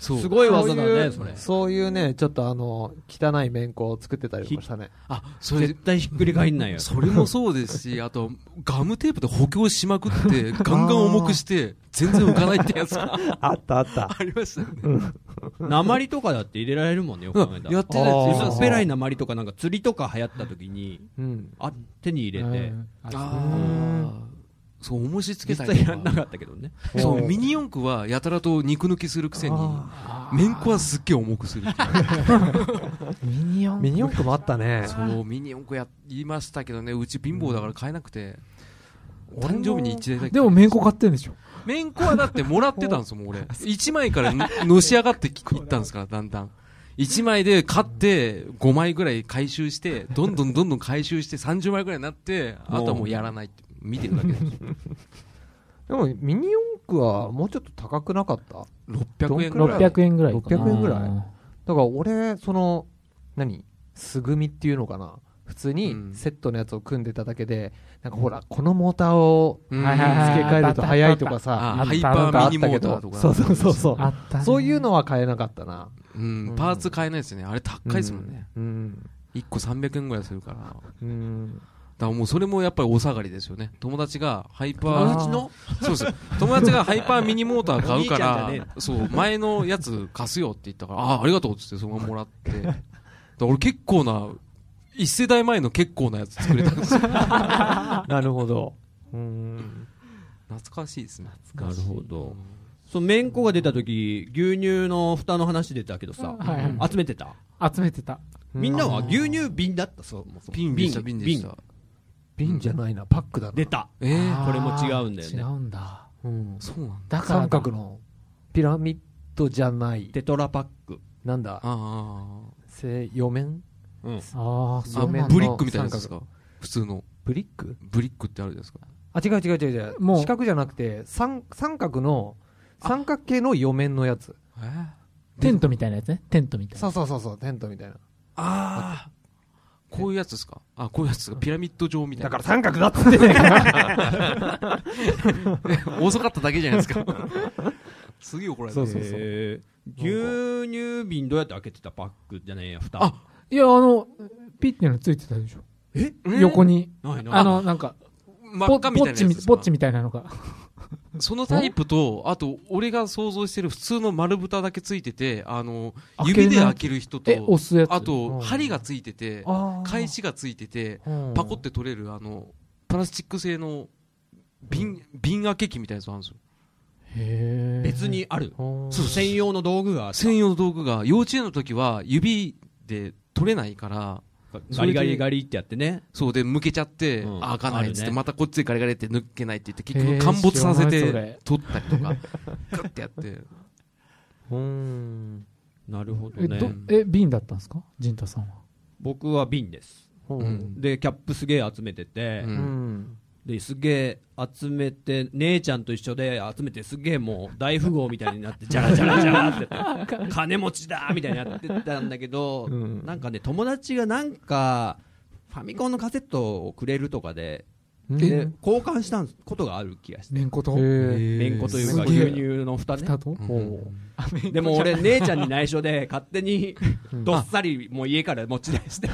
Speaker 4: そう
Speaker 2: すごい技だ
Speaker 3: そうい
Speaker 2: ね
Speaker 3: う
Speaker 2: それ
Speaker 3: そういうねちょっとあの汚い面子を作ってたりもしたね
Speaker 4: あそれ
Speaker 2: 絶対ひっくり返んないよ
Speaker 4: それもそうですし、あと、ガムテープで補強しまくって、ガンガン重くして、全然浮かないってやつが
Speaker 3: あったあった
Speaker 4: ありましたよね。
Speaker 2: 鉛とかだって入れられるもんねよく考えた
Speaker 4: や
Speaker 2: ら
Speaker 4: ってたやつ
Speaker 3: あー
Speaker 4: です
Speaker 2: 薄っぺらい鉛とかなんか釣りとか流行った時に
Speaker 3: うん
Speaker 2: あ手に入れて
Speaker 1: うんあ
Speaker 4: あーそう、重しつけ
Speaker 2: 実
Speaker 4: た
Speaker 2: 際
Speaker 4: り
Speaker 2: や
Speaker 4: と
Speaker 2: んな
Speaker 4: か。
Speaker 2: かったけどね
Speaker 4: そう、ミニ四駆はやたらと肉抜きするくせに、面子はすっげえ重くするっていう。
Speaker 1: ミニオン
Speaker 3: ミニ四駆もあったね
Speaker 4: そう、ミニ四駆やりましたけどね、うち貧乏だから買えなくて、
Speaker 3: 俺も
Speaker 4: 誕生日に一台だけ。
Speaker 1: でもめんこ買ってんでしょ
Speaker 4: 面子はだってもらってたん ですもん、俺。1枚からののし上がってきいったんですから、だんだん。1枚で買って、5枚ぐらい回収して、どんどんどんどん回収して、30枚ぐらいになって、あとはもうやらないって。見てるだけ です。
Speaker 3: でもミニ四駆はもうちょっと高くなかった
Speaker 4: 600円ぐらい。
Speaker 1: 600円ぐらいかな
Speaker 3: 600円ぐらいだから俺その何素組みっていうのかな普通に
Speaker 4: うん
Speaker 3: セットのやつを組んでただけで、なんかほらこのモーターを
Speaker 4: う
Speaker 3: 付
Speaker 4: ん
Speaker 3: け替えると早いとかさ
Speaker 4: あ
Speaker 1: あ
Speaker 4: ハイ
Speaker 1: あ
Speaker 4: パ
Speaker 1: った
Speaker 3: あ
Speaker 4: ー
Speaker 3: っ
Speaker 4: ミニ
Speaker 3: た
Speaker 4: モ
Speaker 3: け
Speaker 4: ーター
Speaker 3: ど
Speaker 4: とか
Speaker 3: そうそうそうそう
Speaker 1: あったね
Speaker 3: そういうのは変えなかったな
Speaker 4: うん、パーツ買えないですねあれ高いですもんね、
Speaker 3: うん
Speaker 4: 1個300円ぐらいするからだか
Speaker 3: うん
Speaker 4: らもうそれもやっぱりお下がりですよね友達がハイパー
Speaker 3: 友
Speaker 1: 達の
Speaker 4: そうです友達がハイパーミニモーター 買うか
Speaker 2: お兄ちゃんじゃね
Speaker 4: らそう前のやつ貸すよって言ったからああありがとうっつってそのままもらってだから俺結構な1世代前の結構なやつ作れたん ですよ
Speaker 3: なるほどうん
Speaker 4: 懐かしいですね
Speaker 2: なるほどその麺粉が出た時牛乳の蓋の話出たけどさ、
Speaker 1: はい
Speaker 2: 集めてた
Speaker 1: 集めてた
Speaker 2: みんなは牛乳瓶だったそうもう
Speaker 4: 瓶でした瓶でした
Speaker 3: 瓶じゃないなパックだな
Speaker 2: 出た
Speaker 4: えー、
Speaker 2: これも違うんだよね
Speaker 1: 違うんだ
Speaker 3: うん
Speaker 4: そうなんだ
Speaker 1: だからだ
Speaker 3: 三角のピラミッドじゃない
Speaker 2: テトラパック
Speaker 3: なんだ
Speaker 4: あ
Speaker 3: 正四面
Speaker 1: ああ
Speaker 4: あ
Speaker 1: そ
Speaker 4: あ
Speaker 1: うなん
Speaker 4: あ
Speaker 1: だ
Speaker 4: ブリックみたいなやつですか普通の
Speaker 3: ブリック
Speaker 4: ブリックってあるじゃないですか
Speaker 3: あ違う違う違う違う
Speaker 1: もう
Speaker 3: 四角じゃなくて三三角の三角形の四面のやつ
Speaker 4: えー
Speaker 1: テントみたいなやつねテントみたいな
Speaker 3: そうそうそうそうテントみたいな
Speaker 4: ああこういうやつですかあこういうやつですかピラミッド状みた
Speaker 3: だ
Speaker 4: いな
Speaker 3: から三角だっつってね
Speaker 4: 遅かっただけじゃないですかすげえ怒られた
Speaker 3: そうそうそう
Speaker 2: えー牛乳瓶どうやって開けてたパックじゃねえや蓋
Speaker 4: あ
Speaker 1: いやあのピッてのついてたでしょ
Speaker 4: うん
Speaker 1: 横に
Speaker 2: ないない
Speaker 1: あのなんか
Speaker 4: 真っ赤みた
Speaker 1: ポッ
Speaker 4: いなやつで
Speaker 1: チみ
Speaker 4: す
Speaker 1: ポ
Speaker 4: か
Speaker 1: ッチみたいなのが
Speaker 4: そのタイプとあと俺が想像してる普通の丸蓋だけついててあの
Speaker 1: 開けれ
Speaker 4: 指
Speaker 1: ない
Speaker 4: で開ける人
Speaker 1: え押
Speaker 4: と
Speaker 1: すやつ
Speaker 4: あ
Speaker 3: うん
Speaker 4: と針がついてて
Speaker 3: あー
Speaker 4: 返しがついてて
Speaker 3: うん
Speaker 4: パコって取れるあのプラスチック製の瓶瓶開け器みたいなやつあるんですよ
Speaker 1: へー
Speaker 2: 別にある
Speaker 3: うん
Speaker 4: そう
Speaker 2: 専用の道具があった
Speaker 4: 専用の道具が幼稚園の時は指で取れないから
Speaker 2: ガリガリガリってやってね
Speaker 4: そうで向けちゃって、
Speaker 2: うん
Speaker 4: あ開かないっ
Speaker 2: あ
Speaker 4: つって、
Speaker 2: るね
Speaker 4: またこっちでガリガリって抜けないって言って
Speaker 1: へ
Speaker 4: 結
Speaker 1: ー
Speaker 4: 局陥没させ
Speaker 1: 知らない
Speaker 4: て取ったり とかグッてやって
Speaker 3: うん
Speaker 2: なるほど
Speaker 1: え
Speaker 2: ね
Speaker 1: どえ瓶だったんですか陣太さんは
Speaker 2: 僕は瓶です
Speaker 3: う
Speaker 4: うん
Speaker 2: でキャップすげえ集めてて、
Speaker 4: う
Speaker 3: うんん
Speaker 2: ですげえ集めて姉ちゃんと一緒で集めてすげえもう大富豪みたいになってじゃらじゃらじゃらって金持ちだみたいにやってたんだけど、
Speaker 3: うん
Speaker 2: なんかね友達がなんかファミコンのカセットをくれるとかでで交換したんことがある気がして
Speaker 1: 年子と
Speaker 3: へえ
Speaker 2: 麺粉というか
Speaker 1: すげえ
Speaker 2: 牛乳の蓋ね
Speaker 1: 蓋と
Speaker 4: うん
Speaker 3: お
Speaker 2: でも俺姉ちゃんに内緒で勝手にどっさりもう家から持ち出して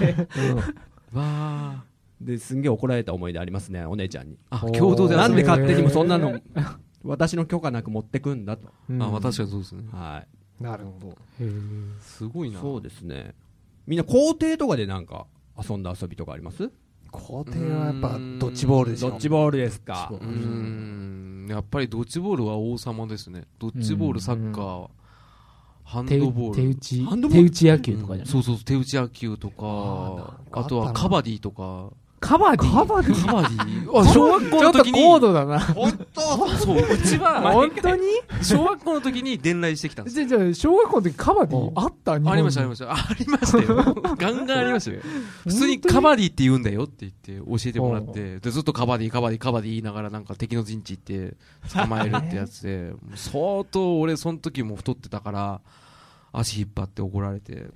Speaker 4: わ
Speaker 2: ですんげえ怒られた思い出ありますねお姉ちゃんに
Speaker 4: ああ
Speaker 3: おー
Speaker 4: 共同で
Speaker 2: なんで
Speaker 4: か、
Speaker 2: 勝手にもそんなの 私の許可なく持ってくんだと
Speaker 3: うん
Speaker 4: あまあ確かにそうですね
Speaker 2: は
Speaker 3: なるほど
Speaker 1: へえ
Speaker 4: すごい
Speaker 2: い
Speaker 4: な
Speaker 2: そうですねみんな校庭とかでなんか遊んだ遊びとかあります
Speaker 3: 校庭はやっぱドッジボールでし
Speaker 2: ド
Speaker 3: ょ
Speaker 2: ッジボールですか
Speaker 4: うーんやっぱりドッジボールは王様ですねドッジボールサッカーハン
Speaker 1: 手
Speaker 4: ドボ
Speaker 1: 打手
Speaker 4: ー
Speaker 1: 打
Speaker 4: ル
Speaker 1: ち
Speaker 2: ハンドボー
Speaker 1: 手
Speaker 2: ル
Speaker 1: 打ち野球とかじゃない
Speaker 4: そうそう手打ち野球と
Speaker 3: あ
Speaker 4: か
Speaker 3: ーなんかあったな
Speaker 4: あとはカバディとか
Speaker 1: カバディカバデ
Speaker 4: カバデ ィ
Speaker 1: ィ小学校の時
Speaker 4: ちょっと
Speaker 1: 高
Speaker 4: 高
Speaker 1: 度だな
Speaker 2: おっと
Speaker 4: そううちは
Speaker 1: 本当に
Speaker 4: 小学校の時に伝来してきたんです
Speaker 1: じゃあじゃあ小学校の時カバディあった日本に
Speaker 4: ありました、ありました。ありましたよ。ガンガンありましたよ。普通にカバディって言うんだよって言って教えてもらって、でずっとカバディ、カバディ、カバディ言いながらなんか敵の陣地行って捕まえるってやつで、もう相当俺その時も太ってたから、足引っ張って怒られて、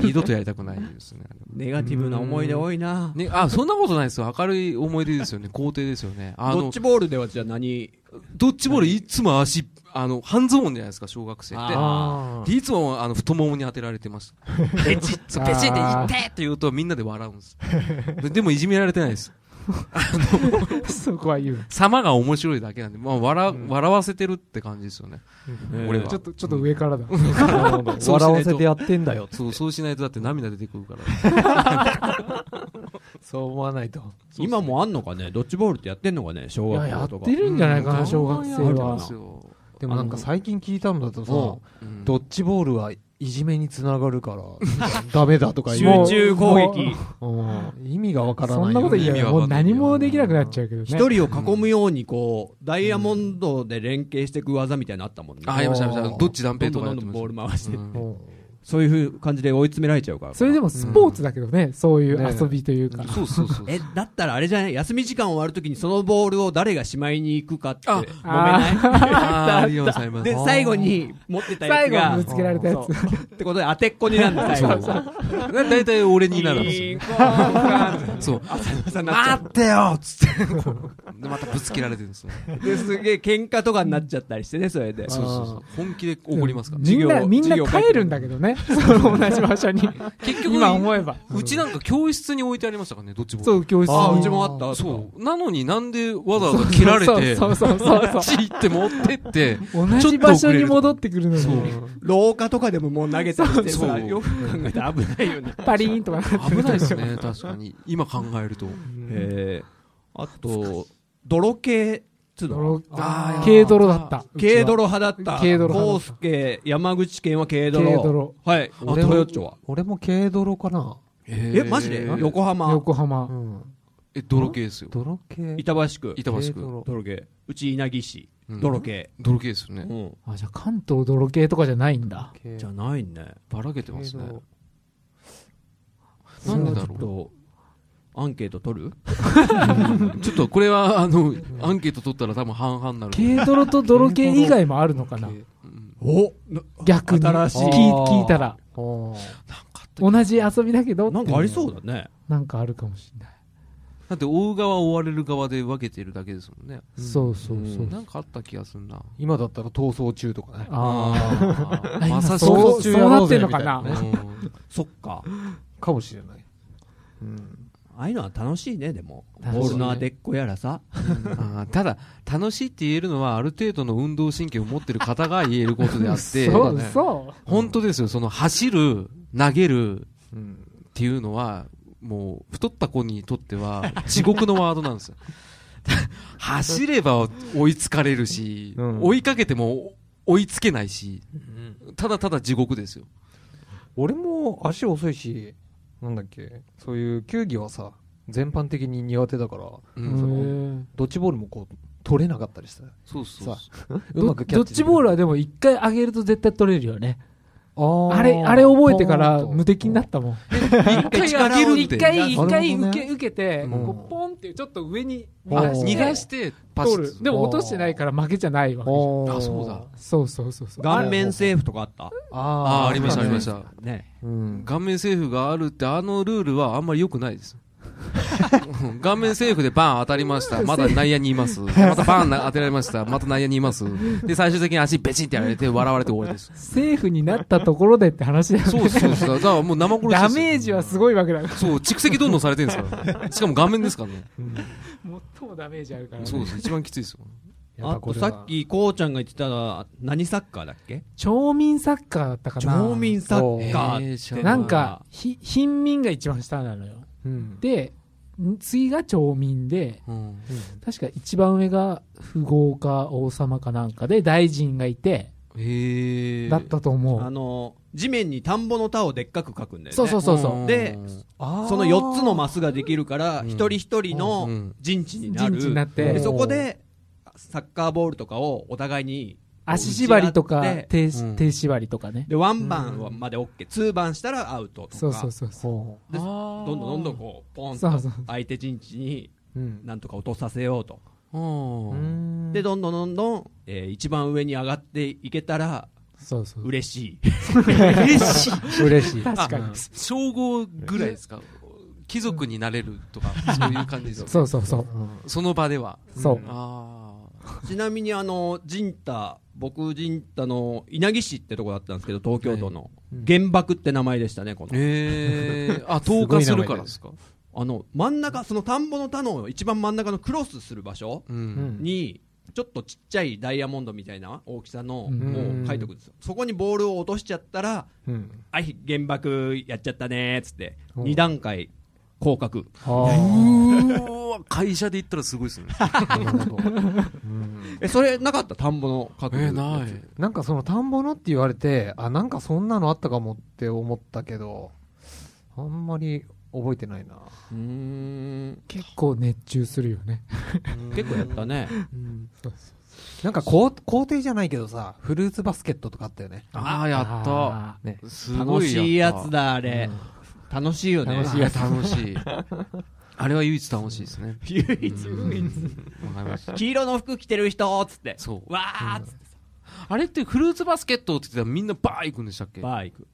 Speaker 4: 二度とやりたくないですね。
Speaker 2: ネガティブな思い出多いな
Speaker 4: ね、あ、そんなことないですよ。明るい思い出ですよね。皇帝ですよね。あ
Speaker 2: ドッ
Speaker 4: の
Speaker 2: ジ、ボールではじゃあ何
Speaker 4: ドッジボールいつも足、あの、半ズボンじゃないですか、小学生って。
Speaker 3: あー
Speaker 4: でいつもあの太ももに当てられてました。ペチッつ、ペチッて、いってって言うとみんなで笑うんです。ででもいじめられてないです。
Speaker 1: そこは言う
Speaker 4: 様が面白いだけなんで、まあ笑、笑わせてるって感じですよね。俺は
Speaker 1: ちょっとちょっと上からだ
Speaker 3: なるほど
Speaker 4: そうしないと
Speaker 3: 笑わせてやってんだよ
Speaker 4: そう、そうしないとだって涙出てくるから。
Speaker 3: そう思わないと
Speaker 2: 今もあんのかねドッジボールってやってんのかね小
Speaker 1: いや
Speaker 2: 学
Speaker 1: や
Speaker 2: 校
Speaker 1: っ
Speaker 2: とか
Speaker 1: てるんじゃないか
Speaker 4: う
Speaker 1: なん小学生
Speaker 4: あると思いま
Speaker 1: は
Speaker 4: すよ
Speaker 3: でもなんか最近聞いたのだとさ
Speaker 4: うん
Speaker 3: ドッジボールはいじめにつながるからダメだとか
Speaker 2: 集
Speaker 3: 言う
Speaker 2: 中攻撃
Speaker 3: うん意味がわからない
Speaker 1: そんなこと言え
Speaker 4: 意味
Speaker 1: ば
Speaker 4: わ
Speaker 1: もう
Speaker 4: かんないけ
Speaker 1: 何
Speaker 4: ど
Speaker 1: もできなくなっちゃうけどね
Speaker 2: 一人を囲むようにこうダイヤモンドで連携していく技みたいなのあったもんね
Speaker 4: あ、ありました、ありました。どっち断
Speaker 2: ど
Speaker 4: 平
Speaker 2: ん
Speaker 4: と
Speaker 2: どんど
Speaker 4: かやっ
Speaker 2: ん
Speaker 4: て
Speaker 2: どん
Speaker 4: ま
Speaker 2: ボー
Speaker 4: し
Speaker 2: ル回して
Speaker 4: た。うん
Speaker 3: うん
Speaker 2: そういう感じで追い詰められちゃうからかな
Speaker 1: それでもスポーツだけどね、そういう遊びというか。
Speaker 4: そうそうそう
Speaker 2: えだったらあれじゃない休み時間終わるときにそのボールを誰がしまいに行くかって揉
Speaker 4: あ
Speaker 2: め
Speaker 4: あーありがとうございま
Speaker 2: ない
Speaker 4: す
Speaker 2: で最後に持ってたや
Speaker 1: 最後
Speaker 2: つ
Speaker 1: に
Speaker 2: が
Speaker 1: ぶつけられたや
Speaker 2: そうってことで当てっこになるんだ最後
Speaker 4: そうだ大体俺になるんですよそう
Speaker 2: 待ってよつっ
Speaker 4: でまたぶつけられてるんですよ
Speaker 2: てですげえ喧嘩とかになっちゃったりしてねそれで
Speaker 4: そうそうそう本気で怒りますから
Speaker 1: つ。みん
Speaker 2: 授
Speaker 1: な、
Speaker 2: 業
Speaker 1: みんな
Speaker 2: 授業帰って
Speaker 1: 帰るんだけどね。その同じ場所に。
Speaker 4: 結局
Speaker 1: 今思えば。
Speaker 4: うちなんか教室に置いてありましたからねどっちも
Speaker 1: そう、教室
Speaker 2: あーうち
Speaker 1: に。
Speaker 2: もあったあった
Speaker 4: そうなのになんでわざわざ切られ て
Speaker 1: そうそうそうそう
Speaker 4: あっ ち行って持ってって
Speaker 1: 同
Speaker 4: ちょっ
Speaker 1: じ
Speaker 4: と
Speaker 1: 場所
Speaker 4: 遅れ
Speaker 1: に
Speaker 4: る
Speaker 1: 戻ってくるの
Speaker 4: そう
Speaker 1: に、
Speaker 2: 廊下とかでももう投げたりして
Speaker 4: そう
Speaker 2: さよく考えたら危ないよね
Speaker 1: パリーンとかなって
Speaker 4: 危
Speaker 1: る
Speaker 4: ないですね確かに今考えると
Speaker 2: えーあと泥系っつうの
Speaker 1: 泥
Speaker 4: あー
Speaker 1: 軽泥だった。
Speaker 2: 軽泥派だった。
Speaker 1: 軽泥派だ
Speaker 2: 高
Speaker 1: った
Speaker 2: 介、山口県は軽泥。
Speaker 1: 軽泥
Speaker 2: はい。あ、
Speaker 3: 俺も
Speaker 2: 豊町は。
Speaker 3: 俺も軽泥かな。
Speaker 2: え、マジで横浜、
Speaker 1: 横
Speaker 3: う
Speaker 1: 浜。
Speaker 3: ん。
Speaker 4: え泥系ですよ
Speaker 3: 泥系。
Speaker 2: 板橋区、
Speaker 4: 板橋
Speaker 3: 軽
Speaker 4: 区
Speaker 3: 泥
Speaker 2: 泥系。うち稲城市、
Speaker 4: うん
Speaker 2: 泥系。
Speaker 4: 泥系ですよ
Speaker 2: う
Speaker 4: ね
Speaker 2: ん。
Speaker 1: あ、じゃあ関東泥系とかじゃないんだ。
Speaker 3: 軽
Speaker 2: じゃないね。
Speaker 4: ばらけてますね
Speaker 3: 軽泥
Speaker 4: なんで
Speaker 2: ち
Speaker 4: だ
Speaker 2: ょっ
Speaker 4: ろ
Speaker 2: と、アンケート取る
Speaker 4: うちょっとこれはあのアンケート取ったら多分半々になる
Speaker 1: 軽泥と泥系以外もあるのかな
Speaker 2: お
Speaker 1: 逆に。
Speaker 2: 新しい
Speaker 1: 聞聞いたら。
Speaker 3: おー
Speaker 1: 同じ遊びだけど、
Speaker 2: なんかありそうだね。
Speaker 1: なんかあるかもしれない。
Speaker 4: だって追う側追われる側で分けてるだけですもんね
Speaker 1: そうそうそう。
Speaker 4: なんかあった気がするな
Speaker 3: 今だったら逃走中とかね。
Speaker 1: あ
Speaker 4: あ
Speaker 1: あ。
Speaker 4: まさしく
Speaker 1: そう、
Speaker 3: 中
Speaker 1: そう
Speaker 3: や
Speaker 1: な
Speaker 3: ろ
Speaker 1: っ
Speaker 3: う
Speaker 1: て
Speaker 3: ぜ
Speaker 1: んのかな
Speaker 3: みたい
Speaker 4: うん
Speaker 2: そっか。
Speaker 3: かもしれない。うん。
Speaker 2: ああいうのは楽しいね、でも。
Speaker 1: 楽しいね
Speaker 2: ボールの当てっこやらさ。
Speaker 4: あーただ楽しいって言えるのはある程度の運動神経を持ってる方が言えることであって
Speaker 1: そう
Speaker 3: だね
Speaker 1: そう。
Speaker 4: 本当ですよその走る投げる
Speaker 3: うん。
Speaker 4: っていうのはもう太った子にとっては地獄のワードなんですよ走れば追いつかれるし、
Speaker 3: うん
Speaker 4: 追いかけても追いつけないし、ただただ地獄ですよ
Speaker 3: 俺も足遅いし、なんだっけ、そういう球技はさ、全般的に苦手だから、
Speaker 4: うん
Speaker 3: そう
Speaker 1: へえ
Speaker 3: ドッジボールもこう、取れなかったりした。
Speaker 4: そうそうそう
Speaker 3: う
Speaker 1: ど
Speaker 3: ま
Speaker 1: ド
Speaker 3: くキャ
Speaker 1: ッ
Speaker 3: ッチ
Speaker 1: ジボールはでも一回上げると絶対取れるよね。
Speaker 3: は
Speaker 1: あれ、あれ覚えてから無敵になったもん。
Speaker 4: 一回上げるっ
Speaker 1: 一
Speaker 4: て
Speaker 1: 回、一
Speaker 3: なる
Speaker 1: 回
Speaker 3: ほどね
Speaker 1: 受け、受けて、
Speaker 3: ん
Speaker 1: こうポンってちょっと上に
Speaker 3: あ
Speaker 1: 逃
Speaker 3: ー
Speaker 4: 逃
Speaker 1: が
Speaker 4: が
Speaker 1: し、
Speaker 4: しててパス
Speaker 1: 取る。でも落としてないから負けじゃないわけじゃん。
Speaker 3: あ
Speaker 4: あそうだ。
Speaker 1: そうそうそうそう。
Speaker 2: 顔面セーフとかあった
Speaker 4: あ
Speaker 3: あ。
Speaker 4: あありましたありましたた
Speaker 2: ね。
Speaker 3: うん。
Speaker 4: 顔面セーフがあるってあのルールはあんまり良くないです うん顔面セーフでバーン当たりましたまだ内野にいますまたバーンな当てられましたまた内野にいますで最終的に足ベチンってやられて笑われて終わりです
Speaker 1: セーフになったところでって話だよね。
Speaker 4: そ うそうそうだからもう生殺しです
Speaker 1: ダ
Speaker 4: よ
Speaker 1: メージはすごいわけだから。
Speaker 4: そう蓄積どんどんされてるんですからしかも顔面ですからね
Speaker 1: 最もダメージあるからね。
Speaker 4: そうです一番きついですよ
Speaker 3: や
Speaker 2: あ
Speaker 3: ぱことれは
Speaker 2: さっ、き、こうちゃんが言ってた、何サッカーだっけ
Speaker 1: 町民サッカーだったかな。
Speaker 2: 町民サッカ
Speaker 4: え
Speaker 2: ーっ
Speaker 4: ー
Speaker 2: て
Speaker 4: 知ら
Speaker 1: なんか、ひ、貧民が一番下なのよ。
Speaker 3: うん。
Speaker 1: で、ん次が町民で、
Speaker 4: うん
Speaker 1: 確か一番上が富豪か王様かなんかで大臣がいて、
Speaker 4: へえ
Speaker 1: だったと思
Speaker 2: あ
Speaker 1: う。
Speaker 2: の地面に田んぼの田をでっかく描くんだよね
Speaker 1: そうそうそうそう。
Speaker 2: で
Speaker 3: あ
Speaker 2: その4つのマスができるから一人一人
Speaker 4: う
Speaker 2: の
Speaker 4: ん
Speaker 2: 陣地になる
Speaker 1: 陣地になって
Speaker 2: でそこでサッカーボールとかをお互いに
Speaker 1: 足縛りと
Speaker 2: 打
Speaker 1: か
Speaker 2: ち合って
Speaker 1: 手
Speaker 4: うん
Speaker 1: 手縛りとかね。
Speaker 2: でワンバンまで OK ツーバンしたらアウトとか
Speaker 1: そうそうそうそう。
Speaker 3: ほ
Speaker 2: でどんどんどんどんこうポン
Speaker 1: そ
Speaker 2: と
Speaker 1: うそう
Speaker 2: 相手陣地に
Speaker 3: う。うん。
Speaker 2: なんとか落とさせようと
Speaker 4: うん
Speaker 3: うん
Speaker 2: でどんどんどんどん、えー一番上に上がっていけたら
Speaker 1: そうそう。
Speaker 2: 嬉しい
Speaker 3: 嬉しい。
Speaker 1: 確かに。
Speaker 4: 称号ぐらいですか貴族になれるとかそういう感じですよ
Speaker 1: そうそうそう。
Speaker 4: その場では
Speaker 1: そう。
Speaker 4: ああ
Speaker 2: ちなみにあの陣太僕陣太の稲城市ってとこだったんですけど東京都の、原爆って名前でしたねこの
Speaker 4: ええ あ、投下するからですか。
Speaker 2: あの真ん中その田んぼの田の一番真ん中のクロスする場所
Speaker 4: う。
Speaker 3: うんん
Speaker 2: にちょっとちっちゃいダイヤモンドみたいな大きさの
Speaker 1: うん
Speaker 2: もう書いとくんですよそこにボールを落としちゃったら
Speaker 3: うん。
Speaker 2: 「あい原爆やっちゃったね」っつって
Speaker 3: うん
Speaker 2: 2段階降格
Speaker 4: うわ会社で言ったらすごいですね。
Speaker 2: えそれなかった田んぼの格
Speaker 4: え、ない。
Speaker 3: なんかその田んぼのって言われて、あ、なんかそんなのあったかもって思ったけど、あんまり覚えてないな。
Speaker 2: うーん
Speaker 1: 結構熱中するよね。
Speaker 2: 結構やったね
Speaker 3: うん。
Speaker 1: そうそう
Speaker 3: なんかこう校庭じゃないけどさフルーツバスケットとかあったよね
Speaker 4: ああ、やっ
Speaker 6: あ
Speaker 3: ね
Speaker 4: た。すご
Speaker 2: 楽
Speaker 4: い
Speaker 2: しいやつ
Speaker 4: だ。
Speaker 2: だ、あれ。楽しいよね。
Speaker 4: 楽しいやつ。楽しい。あれは唯一楽しいですね。
Speaker 2: 唯一無二
Speaker 4: わかりました。
Speaker 2: 黄色の服着てる人っつって。
Speaker 4: そう。
Speaker 2: わーっつってさ。
Speaker 4: あれってフルーツバスケットって言ってたらみんなバー行くんでしたっけ
Speaker 2: バー行く。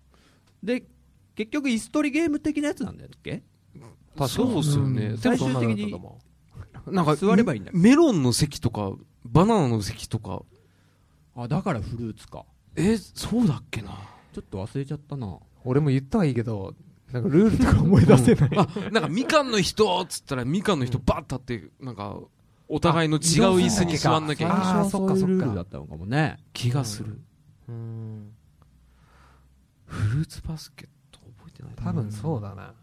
Speaker 2: で、結局、椅子取りゲーム的なやつなんだっけ
Speaker 4: そうっすよね。で
Speaker 2: 最
Speaker 4: も
Speaker 2: 終的に
Speaker 4: なんか、
Speaker 2: 座ればいいんだっけ
Speaker 4: メロンの席とか、バナナの席とか、
Speaker 2: あ、だからフルーツか。
Speaker 4: え、そうだっけな。
Speaker 2: ちょっと忘れちゃったな。
Speaker 3: 俺も言ったはいいけどなんかルールとか思い出せない、
Speaker 4: あ、なんかみかんの人っつったらみかんの人バッ立って、なんか、お互いの違う椅子に座んなきゃいけ
Speaker 3: あ
Speaker 4: ない
Speaker 3: ー
Speaker 2: 最初は
Speaker 3: そっかそっか
Speaker 2: そういうルールだったのかもね。
Speaker 4: 気がする。
Speaker 3: うん
Speaker 4: フルーツバスケット覚えてないな
Speaker 3: 多分そうだな、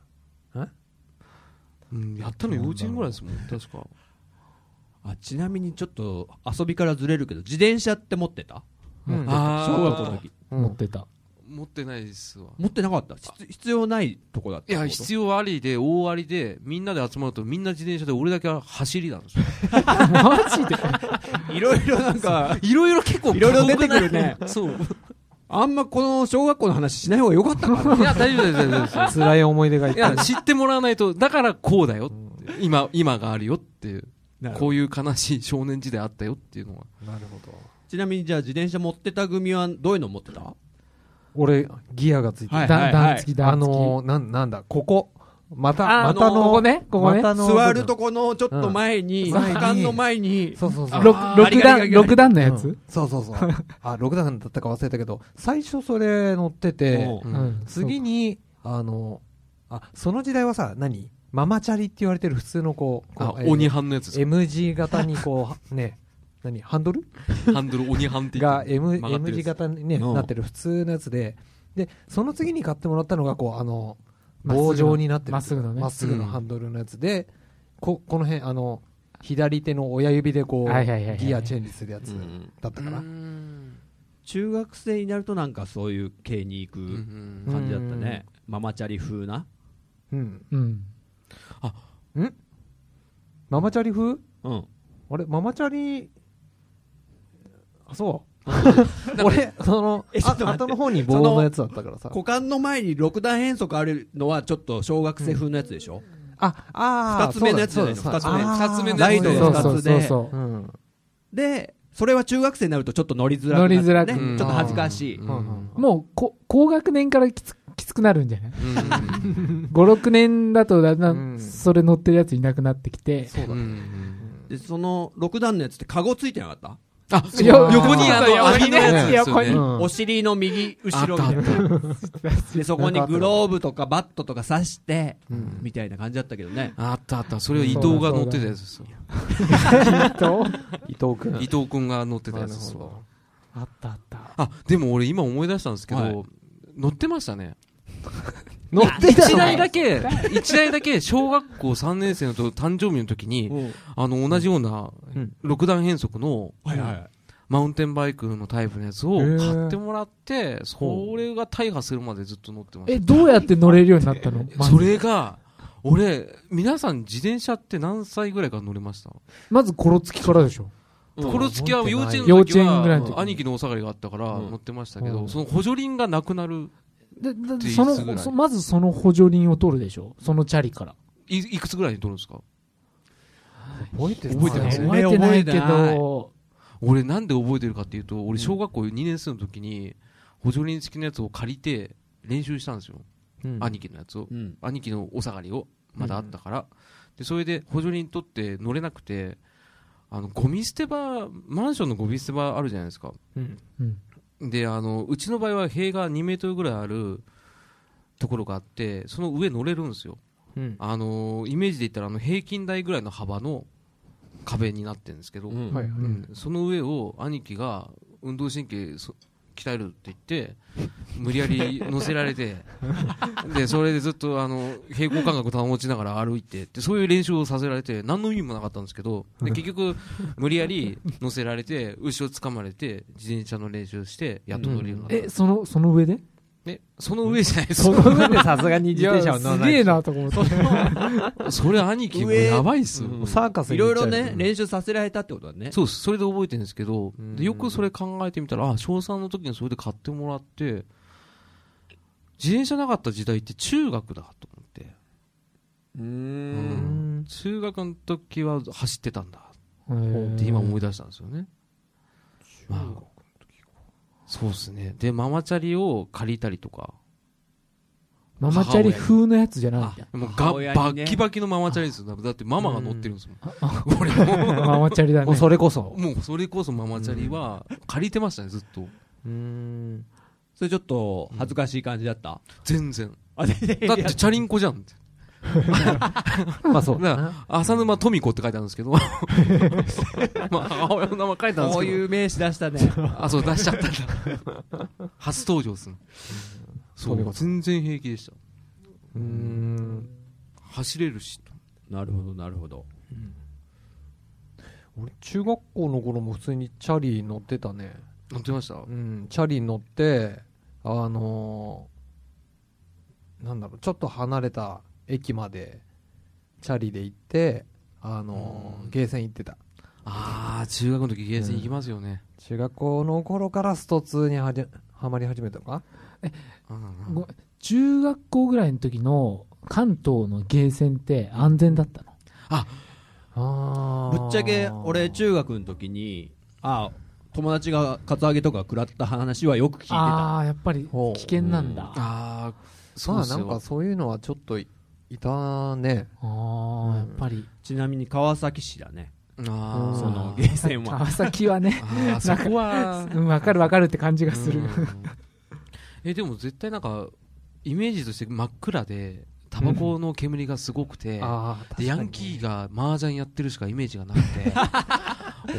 Speaker 4: うん、やったの幼稚園ぐらいですもん、確か。
Speaker 2: あ、ちなみにちょっと遊びからずれるけど、自転車って持ってた
Speaker 3: うん
Speaker 4: あー
Speaker 2: 小学校の時。
Speaker 3: う
Speaker 6: 持っ
Speaker 3: ん
Speaker 6: てた。
Speaker 4: 持ってないですわ。
Speaker 2: 持ってなかった必必要ないとこだった
Speaker 4: いや、必要ありで、大ありで、みんなで集まると、みんな自転車で、俺だけは走りなんですよ。
Speaker 2: 要いろいろなんか
Speaker 4: いろいろ結構、
Speaker 2: いろいろ出てくるね。
Speaker 4: そう。
Speaker 2: あんまこの小学校の話しない方がよかったかない
Speaker 4: や、大丈夫です、大丈夫です。
Speaker 3: 辛い思い出がいっ
Speaker 4: い
Speaker 3: ぱ
Speaker 4: や、
Speaker 3: い
Speaker 4: 知ってもらわないと、だからこうだよって今、今があるよっていう。
Speaker 2: なるほど
Speaker 4: こういう悲しい少年時代あったよっていうのは。
Speaker 3: なるほど
Speaker 2: ちなみにじゃあ自転車持ってた組はどういうの持ってた
Speaker 3: 俺ギアがついてる、
Speaker 2: はい
Speaker 6: だ段付き、
Speaker 3: あ
Speaker 6: 段付き。
Speaker 3: のー、なんなんだここまた
Speaker 6: あ
Speaker 3: ま
Speaker 6: ー
Speaker 3: たの
Speaker 6: ここね、ここね。
Speaker 3: 股の部分
Speaker 2: 座るとこのちょっと前に、
Speaker 3: うん
Speaker 2: 俯瞰の前に、
Speaker 3: そうそうそう
Speaker 6: 六
Speaker 4: あー
Speaker 6: 六段、六段のや
Speaker 3: う
Speaker 6: つ
Speaker 3: んそうそうそうあ6段だったか忘れたけど最初それ乗ってて
Speaker 2: おう
Speaker 4: うん
Speaker 6: うん
Speaker 3: 次にあのあその時代はさ何ママチャリって言われてる普通のこう
Speaker 4: あ
Speaker 3: こ、うえー
Speaker 4: 鬼ハンのやつです
Speaker 3: M 字型にこうね何ハンドル
Speaker 4: か。ハンドル鬼ハンって言っ
Speaker 3: が
Speaker 4: て
Speaker 3: M,
Speaker 4: 曲がって
Speaker 3: M
Speaker 4: る
Speaker 3: 字
Speaker 4: やつ
Speaker 3: 型に、ね、
Speaker 2: うん
Speaker 3: なってる普通のやつででその次に買ってもらったのがこうあの
Speaker 6: まっすぐの
Speaker 3: 棒状になってる
Speaker 6: まっすぐのね
Speaker 3: まっすぐの
Speaker 4: うん
Speaker 3: ハンドルのやつで、ここの辺あの左手の親指でこう
Speaker 6: はいはいはいはい
Speaker 3: ギアチェンジするやつ
Speaker 2: うん
Speaker 3: だったかな、
Speaker 4: うーん
Speaker 2: 中学生になるとなんかそういう系に行
Speaker 4: うんう
Speaker 2: く
Speaker 4: ん
Speaker 2: 感じだったね。ママチャリ風な。
Speaker 3: うん、
Speaker 6: うん。
Speaker 3: ママチャリ風
Speaker 2: うん。
Speaker 3: あれママチャリあそう
Speaker 4: か
Speaker 3: 俺その
Speaker 2: えちょっと
Speaker 3: あ
Speaker 2: 待って
Speaker 3: 後の方に棒のやつだったからさ
Speaker 2: 股間の前に六段変速あるのはちょっと小学生風のやつでしょ、
Speaker 3: ああー
Speaker 2: 二つ目のやつじゃないの
Speaker 3: そうだそうだ
Speaker 4: 二つ目
Speaker 3: あー
Speaker 4: 二つ目のやつ
Speaker 2: ライド
Speaker 6: そう
Speaker 2: が
Speaker 6: そ
Speaker 2: 2
Speaker 6: う
Speaker 2: つで
Speaker 6: そうそうう。
Speaker 3: ん
Speaker 2: でそれは中学生になるとちょっと乗りづらくな
Speaker 6: 乗
Speaker 2: って
Speaker 6: りづらく
Speaker 2: ね
Speaker 4: うん
Speaker 2: ちょっと恥ずかしい、
Speaker 4: うん
Speaker 3: うんうん
Speaker 6: もう、こ高学年からきつきつくなるんじゃない
Speaker 4: うん
Speaker 6: 5、6年だとだんだ
Speaker 3: うん
Speaker 6: ん、それ乗ってるやついなくなってきて、
Speaker 3: そうだ
Speaker 4: う
Speaker 3: ね
Speaker 4: ん
Speaker 2: でその六段のやつってカゴついてなかった、
Speaker 4: あ、
Speaker 6: そう
Speaker 4: 横にあの、
Speaker 6: 横に
Speaker 4: 網のやつですよ
Speaker 6: 横に
Speaker 4: ね。
Speaker 3: うん
Speaker 2: お尻の右後ろみ
Speaker 4: あ
Speaker 2: た
Speaker 4: っ
Speaker 2: い
Speaker 4: た
Speaker 2: なでそこにグローブとかバットとか刺して、
Speaker 3: うん
Speaker 2: みたいな感じだったけどね
Speaker 4: あったあった。それを伊藤が乗ってたやつですよ。
Speaker 6: と、
Speaker 3: 伊藤君
Speaker 4: 伊藤君が乗ってたやつで
Speaker 3: な
Speaker 4: す
Speaker 3: る
Speaker 4: わ
Speaker 3: ほ。
Speaker 6: あったあった。
Speaker 4: あ、でも俺今思い出したんですけど、
Speaker 2: はい
Speaker 4: 乗ってましたね。
Speaker 3: 乗ってた
Speaker 4: 一台だけ、一台だけ小学校3年生のと誕生日の時に、
Speaker 2: うん
Speaker 4: あの、同じような
Speaker 3: うん
Speaker 4: 六段変速の
Speaker 2: はいはい
Speaker 4: マウンテンバイクのタイプのやつを
Speaker 3: へー
Speaker 4: 買ってもらって、それが大破するまでずっと乗ってまし
Speaker 6: え、どうやって乗れるようになったの
Speaker 4: た。
Speaker 6: まず
Speaker 4: それが、俺、皆さん自転車って何歳ぐらいから乗れました
Speaker 6: まずコロつきからでしょ。
Speaker 4: コロ付きは幼稚園
Speaker 6: 幼
Speaker 4: の
Speaker 6: 稚
Speaker 4: 時
Speaker 6: 園ぐらいの時
Speaker 4: は兄貴のお下がりがあったから乗ってましたけ
Speaker 6: う
Speaker 4: ど、
Speaker 6: ん
Speaker 4: その補助輪がなくなる、
Speaker 6: で、で
Speaker 4: いつ
Speaker 6: そ
Speaker 4: ぐらい
Speaker 6: の、そまずその補助輪を取るでしょ。そのチャリから。
Speaker 4: いいくつぐらいに乗るんですか
Speaker 3: 覚えて
Speaker 4: 覚えてます
Speaker 2: ね
Speaker 6: 覚えてないけ
Speaker 2: 覚えてない
Speaker 6: ど、
Speaker 4: 俺なんで覚えてるかっていうと俺小学校2年生の時に補助輪付きのやつを借りて練習したんですよ、
Speaker 3: うん
Speaker 4: 兄貴のやつを、
Speaker 2: うん
Speaker 4: 兄貴のお下がりをまだあったから、でそれで補助輪取って乗れなくてあのゴミ捨て場マンションのゴミ捨て場あるじゃないですか
Speaker 3: うん
Speaker 6: うん。
Speaker 4: であのうちの場合は塀が2メートルぐらいあるところがあってその上乗れるんですよ
Speaker 3: うん
Speaker 4: あのイメージで言ったらあの平均台ぐらいの幅の壁になってるんですけど、
Speaker 2: うん
Speaker 3: はいはい
Speaker 4: うんその上を兄貴が運動神経そ鍛えるって言って無理やり乗せられてでそれでずっとあの平行感覚保ちながら歩いてってそういう練習をさせられて何の意味もなかったんですけどで結局無理やり乗せられて後ろつかまれて自転車の練習してやっと乗れるようになった、
Speaker 6: え、その、その上で
Speaker 4: え、その上じゃないです
Speaker 3: そ
Speaker 4: か。
Speaker 3: の上でさすがに
Speaker 6: い
Speaker 3: 自
Speaker 6: や
Speaker 3: 転車は乗ら
Speaker 6: す
Speaker 3: ない
Speaker 6: げ
Speaker 3: で
Speaker 6: え
Speaker 3: しょ
Speaker 6: なとか思って
Speaker 4: それ兄貴も
Speaker 2: 上
Speaker 4: やばいっすよ。
Speaker 3: うんサーカス
Speaker 2: い
Speaker 3: に行
Speaker 2: ろ
Speaker 3: っ
Speaker 2: い
Speaker 3: ちゃ
Speaker 2: ろ
Speaker 3: う
Speaker 2: ね、練習させられたってことだね。
Speaker 4: そうです。それで覚えてるんですけど、
Speaker 3: うん
Speaker 4: でよくそれ考えてみたら、あ、小3の時にそれで買ってもらって、自転車なかった時代って中学だと思って、
Speaker 5: う。
Speaker 3: うんん
Speaker 4: 中学の時は走ってたんだ
Speaker 6: る
Speaker 4: って今思い出したんですよね。まあそうですね。で、ママチャリを借りたりとか、
Speaker 6: ママチャリ風のやつじゃないんだ
Speaker 4: もう
Speaker 2: 母
Speaker 4: が、
Speaker 2: 親にね
Speaker 4: バッキバキのママチャリですよ。だってママが乗ってるんで すもん。これも
Speaker 6: ママチャリだ
Speaker 3: もう
Speaker 6: ね
Speaker 3: それこそ。
Speaker 4: もうそれこそママチャリは借りてましたね、ずっと。
Speaker 3: うん。
Speaker 2: それちょっと、恥ずかしい感 じだった。
Speaker 4: 全然。
Speaker 2: あ、でで
Speaker 4: だってチャリンコじゃん。
Speaker 3: まあそう
Speaker 4: だ
Speaker 3: だ
Speaker 4: か
Speaker 3: な。
Speaker 4: ら浅沼富子って書いてあるんですけど、まあ、母親の名前書いてあるんで
Speaker 2: こ
Speaker 4: す
Speaker 2: う
Speaker 4: けど、
Speaker 2: いう名詞出したね。
Speaker 4: あ、そう、出しちゃったんだ。初登場っすね。そ
Speaker 3: 富
Speaker 4: う、
Speaker 3: 子さ
Speaker 4: 全然平気でした。
Speaker 3: うん。
Speaker 4: 走れるし。
Speaker 2: なるほど、なるほど。
Speaker 3: 俺、中学校の頃も普通にチャリ乗ってたね。
Speaker 4: 乗ってました
Speaker 3: うん、チャリ乗って、あのーなんだろう、ちょっと離れた駅まで、チャリで行って、あのー
Speaker 4: うん
Speaker 3: ゲーセン行ってた。
Speaker 4: ああ、中学の時ゲーセン行きますよね。
Speaker 3: 中学校の頃からスト2にはじはまり始めたのか
Speaker 4: うん
Speaker 6: ご中学校ぐらいの時の関東のゲーセンって安全だったの
Speaker 3: あ
Speaker 2: ぶっちゃけ、俺、中学の時に、あ、友達がカツアゲとか食らった話はよく聞いてた。
Speaker 6: ああやっぱり
Speaker 3: ほう
Speaker 6: 危険なんだあ
Speaker 4: ああ、
Speaker 3: そ
Speaker 4: そうう
Speaker 3: ま
Speaker 4: で
Speaker 3: あ
Speaker 4: す
Speaker 3: なんか
Speaker 4: よ。
Speaker 3: そういうのはちょっといいたね。
Speaker 6: あやっぱり
Speaker 2: ちなみに川崎市だね。
Speaker 4: あ
Speaker 3: うん
Speaker 4: ー
Speaker 2: そのゲーセン は。
Speaker 6: 川崎はね
Speaker 4: あー、そこは。
Speaker 6: うんわかるわかるって感じがする
Speaker 4: うんえでも絶対なんかイメージとして真っ暗でタバコの煙がすごくて、
Speaker 3: ああ、
Speaker 4: でヤンキーが麻雀やってるしかイメージがなくて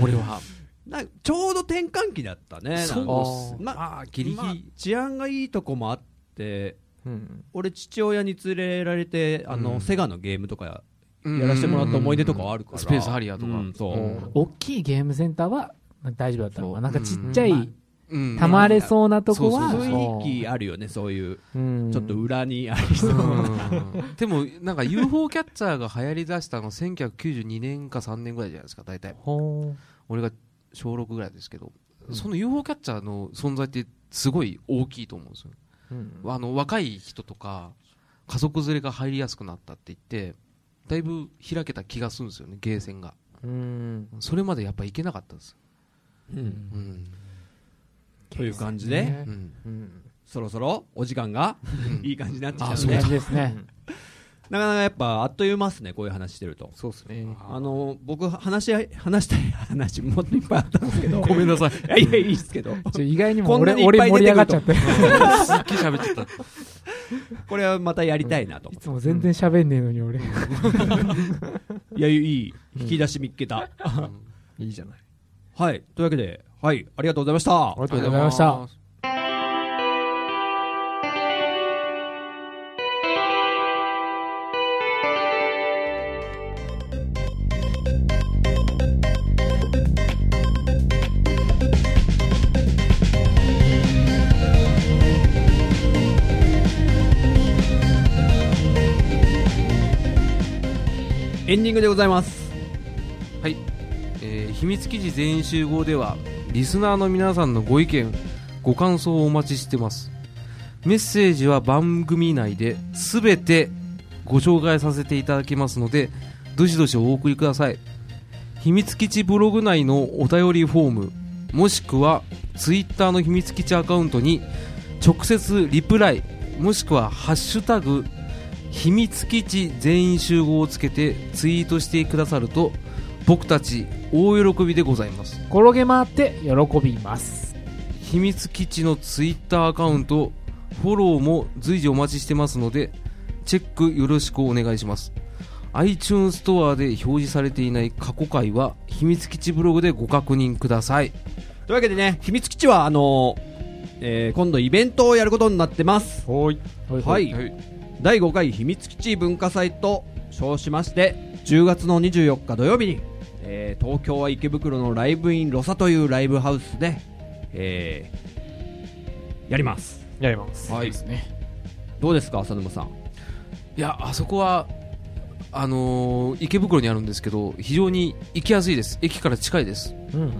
Speaker 4: 俺は
Speaker 2: なちょうど転換期だったね。な
Speaker 4: そう
Speaker 2: んか
Speaker 4: っす
Speaker 2: ま
Speaker 4: まあギリギリ、
Speaker 2: まあ治安がいいとこもあって、
Speaker 3: うん。
Speaker 2: 俺父親に連れられて、あの、
Speaker 4: うん
Speaker 2: セガのゲームとか
Speaker 4: うん
Speaker 2: やらせてもらった思い出とかはあるから。
Speaker 4: スペースハリアとか、
Speaker 2: うんそう。
Speaker 3: うん
Speaker 6: 大きいゲームセンターは大丈夫だったの
Speaker 4: そう
Speaker 6: かなんかちっちゃ
Speaker 3: う
Speaker 6: い
Speaker 4: うん
Speaker 6: たまれそうなとこ
Speaker 4: そうそう
Speaker 6: は
Speaker 2: 雰囲気あるよね、そういう。
Speaker 3: うん
Speaker 2: ちょっと裏にありそうう。
Speaker 4: んでもなんか UFO キャッチャーが流行りだしたの1992年か3年ぐらいじゃないですか大体
Speaker 3: ほ
Speaker 4: 俺が小6ぐらいですけど、
Speaker 3: うん
Speaker 4: その UFO キャッチャーの存在ってすごい大きいと思うんですよ
Speaker 3: う。うん
Speaker 4: あの若い人とか家族連れが入りやすくなったって言ってだいぶ開けた気がするんですよねゲーセンが
Speaker 3: うん。
Speaker 4: それまでやっぱ行けなかったんですよ
Speaker 2: うん
Speaker 4: うん、
Speaker 2: という感じで、
Speaker 4: う
Speaker 3: ね
Speaker 4: ん、
Speaker 3: うん。
Speaker 2: そろそろお時間がいい感じになってきた
Speaker 4: あ
Speaker 2: の
Speaker 4: そう
Speaker 2: で、
Speaker 6: 感
Speaker 2: な
Speaker 4: だ
Speaker 2: か
Speaker 6: じですね
Speaker 2: なかやっぱあっという間ですね、こういう話してると。
Speaker 3: そうですね。
Speaker 2: あの、僕、話し合い、話したい話もっといっぱいあったんですけど。ごめんな
Speaker 4: さ
Speaker 2: い。やいや、いいですけど。
Speaker 6: ちょ意外にも
Speaker 2: こんな
Speaker 6: 俺
Speaker 2: にいっぱ
Speaker 6: 俺
Speaker 2: い
Speaker 6: 盛り上
Speaker 2: 出てく
Speaker 6: がっ
Speaker 2: る
Speaker 6: ち
Speaker 2: と
Speaker 6: ゃってい
Speaker 4: すっげえ喋っちゃった
Speaker 2: これはまたやりたいなと。
Speaker 6: つも全然喋んねえのに 俺
Speaker 2: いや、いい。引き出し見っけた。
Speaker 3: いいじゃない。
Speaker 2: はい。というわけで、はい。ありがとうございました。
Speaker 6: りがとうございました
Speaker 2: エンディングでございます。
Speaker 4: はい、えー秘密基地全員集合ではリスナーの皆さんのご意見ご感想をお待ちしてますメッセージは番組内で全てご紹介させていただきますのでどしどしお送りください秘密基地ブログ内のお便りフォームもしくはツイッターの秘密基地アカウントに直接リプライもしくは「ハッシュタグ秘密基地全員集合」をつけてツイートしてくださると僕たち大喜びでございます
Speaker 6: 転げ回って喜びます
Speaker 4: 秘密基地のツイッターアカウントフォローも随時お待ちしてますのでチェックよろしくお願いします iTunes ストアで表示されていない過去回は秘密基地ブログでご確認ください
Speaker 2: というわけでね、秘密基地は、あのえー今度イベントをやることになってます。
Speaker 3: はい。
Speaker 2: はい。第5回秘密基地文化祭と称しまして、10月の24日土曜日に、えー東京は池袋のライブインロサというライブハウスで、えーやります。
Speaker 3: やります。
Speaker 2: はい
Speaker 1: ですね
Speaker 2: どうですか浅沼 さん
Speaker 4: いやあそこはあのー池袋にあるんですけど非常に行きやすいです駅から近いです
Speaker 3: うん。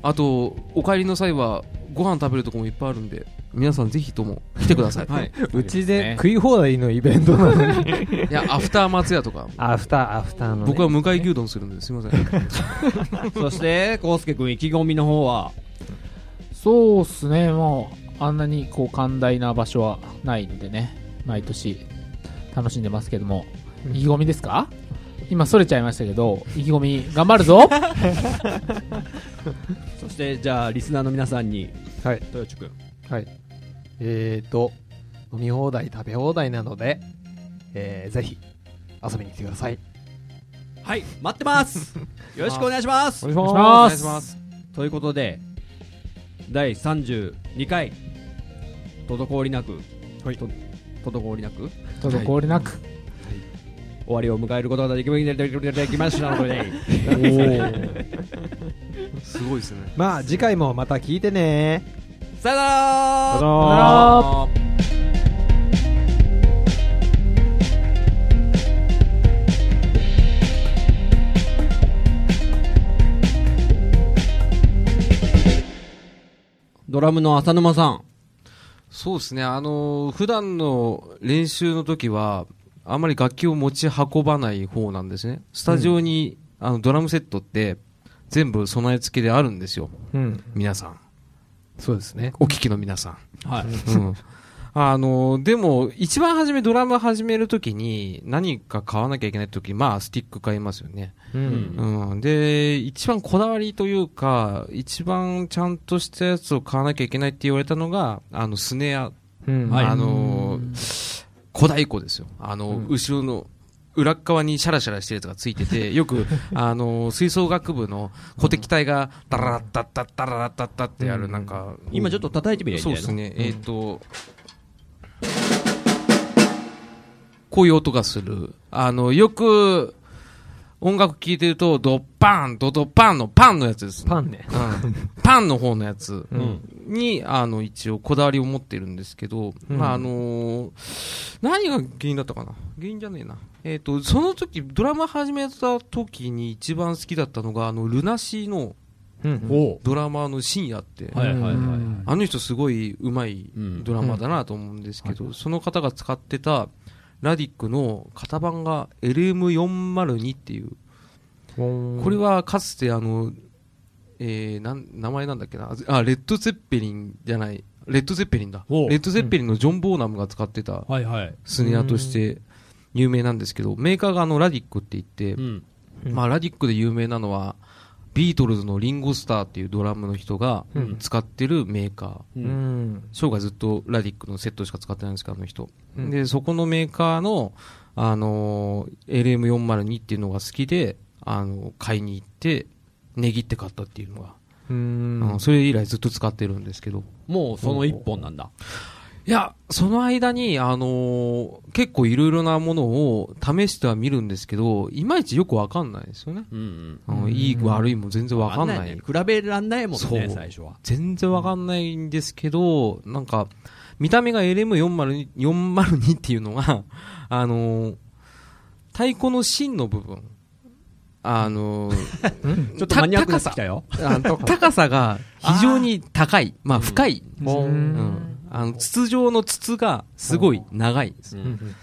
Speaker 4: あとお帰りの際はご飯食べるとこもいっぱいあるんで皆さんぜひとも来てく ださい、い、
Speaker 3: うちで
Speaker 1: ね
Speaker 3: 食い放題のイベントなの に。
Speaker 4: やアフター松屋とか
Speaker 3: アフター、アフターのね。
Speaker 4: 僕は向かい牛丼するんですいま せん
Speaker 2: そして康介君意気込みの方は
Speaker 6: そうっすねもうあんなにこう寛大な場所はないんでね毎年楽しんでますけども意気込みですか今それちゃいましたけど意気込み頑張るぞ
Speaker 2: そしてじゃあリスナーの皆さんに
Speaker 3: はい。
Speaker 2: 豊地君
Speaker 3: はい。えーと、飲み放題、食べ放題なので、えー、ぜひ、遊びに来てください。
Speaker 2: はい待ってますよろしくお願いします
Speaker 3: 願いし
Speaker 6: お
Speaker 3: ま
Speaker 6: 願い
Speaker 4: し
Speaker 6: し
Speaker 4: ま
Speaker 6: ますす
Speaker 2: ということで第32回滞りなく、はい、滞りなく
Speaker 6: 滞りなく、
Speaker 2: 終わりを迎えることができまでき ましたので
Speaker 4: すごいです ね
Speaker 3: まあ、次回もまた聞いてね
Speaker 2: さよなら
Speaker 6: あー
Speaker 2: ドラムの浅沼さん
Speaker 4: そうですね、あのー普段の練習の時は、あんまり楽器を持ち運ばない方なんですね、スタジオに、あのドラムセットって、全部備え付けであるんですよ、
Speaker 3: うん。
Speaker 4: 皆さん、
Speaker 3: そうですね。
Speaker 4: お聞きの皆さ ん。
Speaker 2: はい
Speaker 4: うんあのーでも、一番初め、ドラム始めるときに、何か買わなきゃいけないとき、まあ、スティック買いますよね。
Speaker 3: う
Speaker 2: うん
Speaker 4: うん、で、一番こだわりというか、一番ちゃんとしたやつを買わなきゃいけないって言われたのが、あの、スネア
Speaker 3: うん。
Speaker 2: はい
Speaker 4: あの小太鼓ですよ。あの、
Speaker 3: うん
Speaker 4: 後ろの裏っ側にシャラシャラしてるやつがつい てて、よく、あの吹奏楽部の鼓笛隊が、ダララッタッタッタララッタッタってやる、なんか、
Speaker 2: 今ちょっと叩いてみればいい
Speaker 4: そ
Speaker 2: ん
Speaker 4: う
Speaker 2: じ
Speaker 4: で
Speaker 2: ゃ
Speaker 4: す
Speaker 2: ないの
Speaker 4: ね、えっ、と、こういう音がする。あの、よく、音楽聴いてると、ドッパン、ドドッパンのパンのやつですね。
Speaker 3: パンね。
Speaker 4: うんパンの方のやつ。
Speaker 3: うん。
Speaker 4: に、あの、一応こだわりを持ってるんですけど、
Speaker 3: うん
Speaker 4: まあ、あのー何が原因だったかな原因じゃねえな。えっ、と、その時、ドラマ始めた時に一番好きだったのが、あの、ルナシーの
Speaker 3: うん。
Speaker 2: お
Speaker 4: ドラマーの深夜って、
Speaker 2: はいはいはい、
Speaker 6: うん
Speaker 4: あの人すごい上手い
Speaker 2: うん
Speaker 4: ドラマーだなと思うんですけど、その方が使ってた、ラディックの型番が LM402 っていう、こ
Speaker 3: こ
Speaker 4: れ、はかつてあの、えー、なん名前なんだっけなあレッド・ゼッペリンじゃないレッド・ゼッペリンだレ
Speaker 2: ほう
Speaker 4: ッド・ゼッペリンのジョン・ボーナムが使ってた
Speaker 2: はいはい
Speaker 4: スネアとして有名なんですけどメーカーがあのラディックって言っ
Speaker 2: う
Speaker 4: て、
Speaker 2: ん
Speaker 3: うん
Speaker 4: まあ、ラディックで有名なのはビートルズのリンゴ・スターっていうドラムの人が
Speaker 3: うん
Speaker 4: 使ってるメーカ
Speaker 2: う
Speaker 3: う
Speaker 4: ー、
Speaker 3: んん。
Speaker 4: 生涯ずっとラディックのセットしか使ってないんですけどあの人、
Speaker 3: うん
Speaker 4: でそこのメーカーの、あのー LM402 っていうのが好きで、あの買いに行って値切って買ったっていうのが、
Speaker 3: う
Speaker 4: うんん。それ以来ずっと使ってるんですけど
Speaker 2: もうその一本なんだ
Speaker 4: いやその間に、あのー結構いろいろなものを試しては見るんですけどいまいちよくわかんないですよね、
Speaker 2: うんうん
Speaker 4: うん
Speaker 3: うん
Speaker 4: いい悪いも全然わかんない、
Speaker 2: ね比べらんないもん
Speaker 4: そう
Speaker 2: ね最初は
Speaker 4: 全然わかんないんですけど、なんか、見た目が LM402 402っていうのが、 あのー太鼓の芯の部分、あのー
Speaker 2: ちょっとマニアックになってきたよ
Speaker 4: あの高さが非常に高い、まあ深い、うん
Speaker 3: ん。
Speaker 4: あの筒状の筒がすごい長いんです。
Speaker 3: うん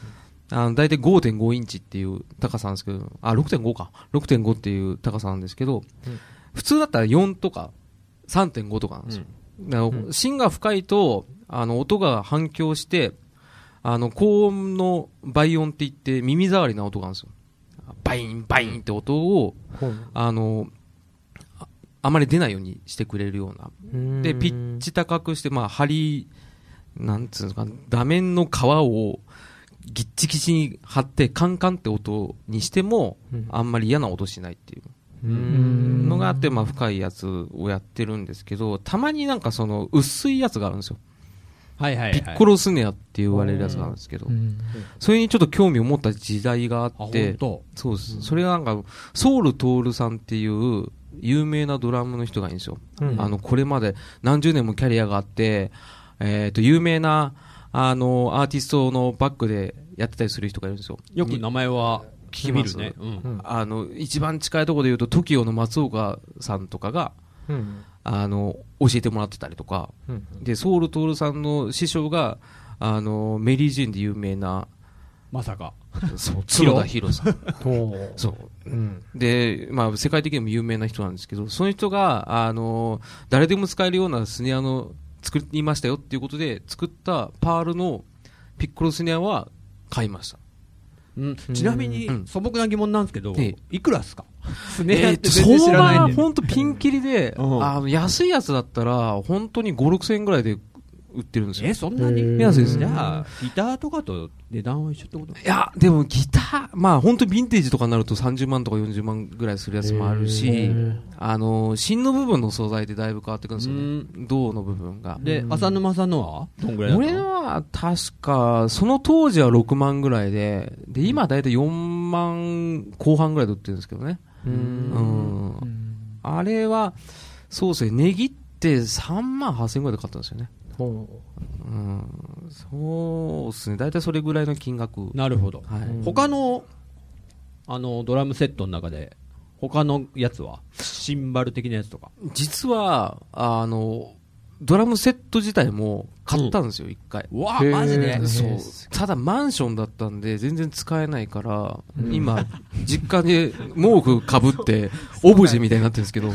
Speaker 4: あの大体5.5インチっていう高さなんですけど、あ、6.5か。6.5っていう高さなんですけど、
Speaker 3: うん
Speaker 4: 普通だったら4とか3.5とかなんですよ。だから
Speaker 3: うん
Speaker 4: 芯が深いと、あの、音が反響して、あの、高音の倍音って言って耳障りな音があるんですよ。バイン、バインって音を、あの、ああまり出ないようにしてくれるような。
Speaker 3: うん
Speaker 4: で、ピッチ高くして、まあ、針、なんつうのかな、座面の皮をぎっちぎちに張って、カンカンって音にしても、
Speaker 3: うん。
Speaker 4: あんまり嫌な音しないっていううんのがあって、まあ、深いやつをやってるんですけど、たまになんかその、薄いやつがあるんですよ。
Speaker 2: はいはいはい
Speaker 4: ピッコロスネアって言われるやつがあるんですけど、それにちょっと興味を持った時代が
Speaker 2: あ
Speaker 4: あっ
Speaker 2: 本
Speaker 4: て、
Speaker 2: 当
Speaker 4: そうです。それがなんか、ソウルトールさんっていう、有名なドラムの人がいいんですよ。
Speaker 3: うん
Speaker 4: あの、これまで何十年もキャリアがあって、えー、と有名なあのアーティストのバックでやってたりする人がいるんですよ。
Speaker 2: よく名前は
Speaker 4: 聞き
Speaker 2: 聞
Speaker 4: ま
Speaker 2: 見
Speaker 4: す
Speaker 2: るね。うん
Speaker 3: うん
Speaker 4: あの一番近いところで言うと TOKIO の松岡さんとかが
Speaker 3: うん
Speaker 4: あの教えてもらってたりとか
Speaker 3: うん
Speaker 4: でソウル徹さんの師匠があのメリー・ジェーンで有名な
Speaker 2: まさか。
Speaker 4: そう
Speaker 2: ヒロ
Speaker 4: 角田博さんそ
Speaker 3: う
Speaker 4: う
Speaker 3: ん
Speaker 4: で、まあ、世界的にも有名な人なんですけどその人があの誰でも使えるようなスネアの作りましたよっていうことで作ったパールのピッコロスネアは買いました
Speaker 2: うんちなみに
Speaker 4: うん
Speaker 2: 素朴な疑問なんですけど
Speaker 4: ええ、
Speaker 2: いくらですかスネア
Speaker 4: え
Speaker 2: っ
Speaker 4: ー
Speaker 2: て
Speaker 4: と
Speaker 2: 全然知
Speaker 4: 相
Speaker 2: ら
Speaker 4: 場
Speaker 2: ないん
Speaker 4: は
Speaker 2: で。
Speaker 4: 本当ピンキリで、
Speaker 2: うん
Speaker 4: あの安いやつだったら本当に5、6千円ぐらいで売ってるんですよ。
Speaker 2: え、そんなに
Speaker 4: 安いです
Speaker 2: じ
Speaker 4: ね
Speaker 2: ゃあ、ギターとかと値段は一緒ってこと
Speaker 4: いや、でもギター、まあ本当ヴィンテージとかになると30万とか40万ぐらいするやつもあるし、あの、芯の部分の素材でだいぶ変わってくるんですよね。銅の部分が。
Speaker 2: で、浅沼さんのはどんぐらいだった
Speaker 4: 俺
Speaker 2: の
Speaker 4: は確か、その当時は6万ぐらいで、で、今だいたい4万後半ぐらいで売ってるんですけどね。うんあれは、そうですね、ネギって3万8000円ぐらいで買ったんですよね。うん、そうですね、大体それぐらいの金額、
Speaker 2: なるほど。
Speaker 4: はい
Speaker 2: 他の、あの、ドラムセットの中で、他のやつはシンバル的なやつとか。
Speaker 4: 実はあの、ドラムセット自体も買ったんですよ、一回。
Speaker 2: わあ、マジで
Speaker 4: そうただマンションだったんで全然使えないから、今実家で毛布かぶってオブジェみたいになってるんですけど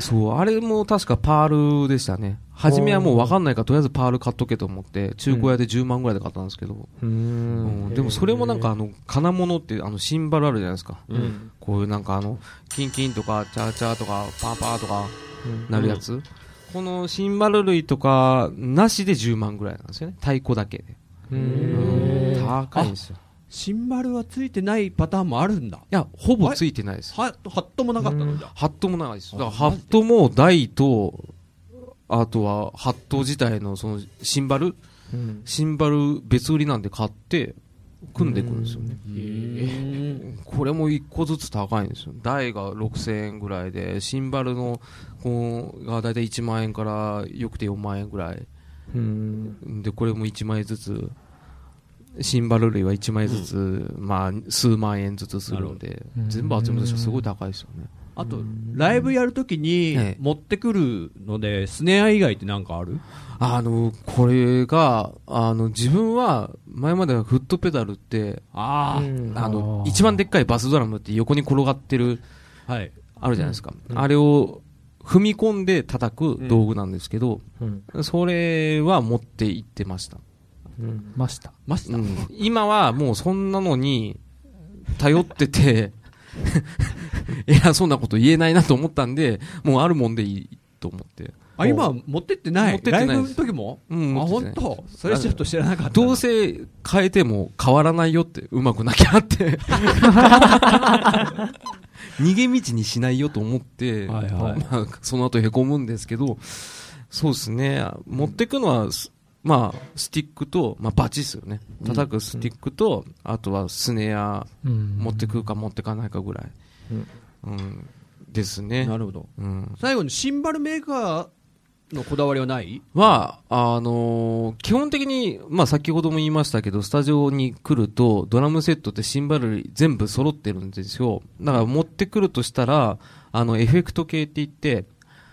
Speaker 4: そうあれも確かパールでしたね初めはもう分かんないからとりあえずパール買っとけと思って中古屋で10万ぐらいで買ったんですけど、うんでもそれもなんかあの金物ってあのシンバルあるじゃないですか、こういうなんかあのキンキンとかチャーチャーとかパーパーとかなるやつ、このシンバル類とかなしで10万ぐらいなんですよね太鼓だけでうん高いんですよ
Speaker 2: シンバルはついてないパターンもあるんだ。
Speaker 4: いやほぼついてないです
Speaker 2: ハットもなかったのじゃあ。
Speaker 4: ハットもないですだからハットも台とあとはハット自体のそのシンバルシンバル別売りなんで買って組んでくるんですよねこれも1個ずつ高いんですよ台が6000円ぐらいでシンバルのこうが大体1万円からよくて4万円ぐらいでこれも1枚ずつシンバル類は1枚ずつ、まあ、数万円ずつするので全部集めた人すごい高いですよね
Speaker 2: あと、ライブやるときに
Speaker 4: ええ
Speaker 2: 持ってくるので、スネア以外ってなんかある
Speaker 4: あのこれがあの自分は前まではフットペダルって
Speaker 2: あ
Speaker 4: あの一番でっかいバスドラムって横に転がってる
Speaker 2: あ、はい。
Speaker 4: あるじゃないですか、あれを踏み込んで叩く道具なんですけど、それは持って行ってました、
Speaker 6: ました。
Speaker 2: マスタ
Speaker 4: う
Speaker 2: ー
Speaker 4: ん今はもうそんなのに頼ってて 偉そうなこと言えないなと思ったんでもうあるもんでいいと思って、
Speaker 2: あ、今は持ってってない
Speaker 4: 持ってってないです
Speaker 2: ライブの時も
Speaker 4: うん
Speaker 2: あ、
Speaker 4: 持って
Speaker 2: 本
Speaker 4: って
Speaker 2: 当それちょっと知らなかったな。
Speaker 4: どうせ変えても変わらないよってうまくなきゃって 逃げ道にしないよと思って、
Speaker 2: はいはい
Speaker 4: まあ、その後へこむんですけどそうですね持ってくのはスまあ、スティックと、まあ、バチですよね叩くスティックと、あとはスネア持ってくか持ってかないかぐらい、うんですね
Speaker 2: な、るほど。
Speaker 4: うん、
Speaker 2: 最後にシンバルメーカーのこだわりはない
Speaker 4: は、あのー基本的に、まあ、先ほども言いましたけど、スタジオに来ると、ドラムセットってシンバル類全部揃ってるんですよ。だから持ってくるとしたら、あの、エフェクト系って言って、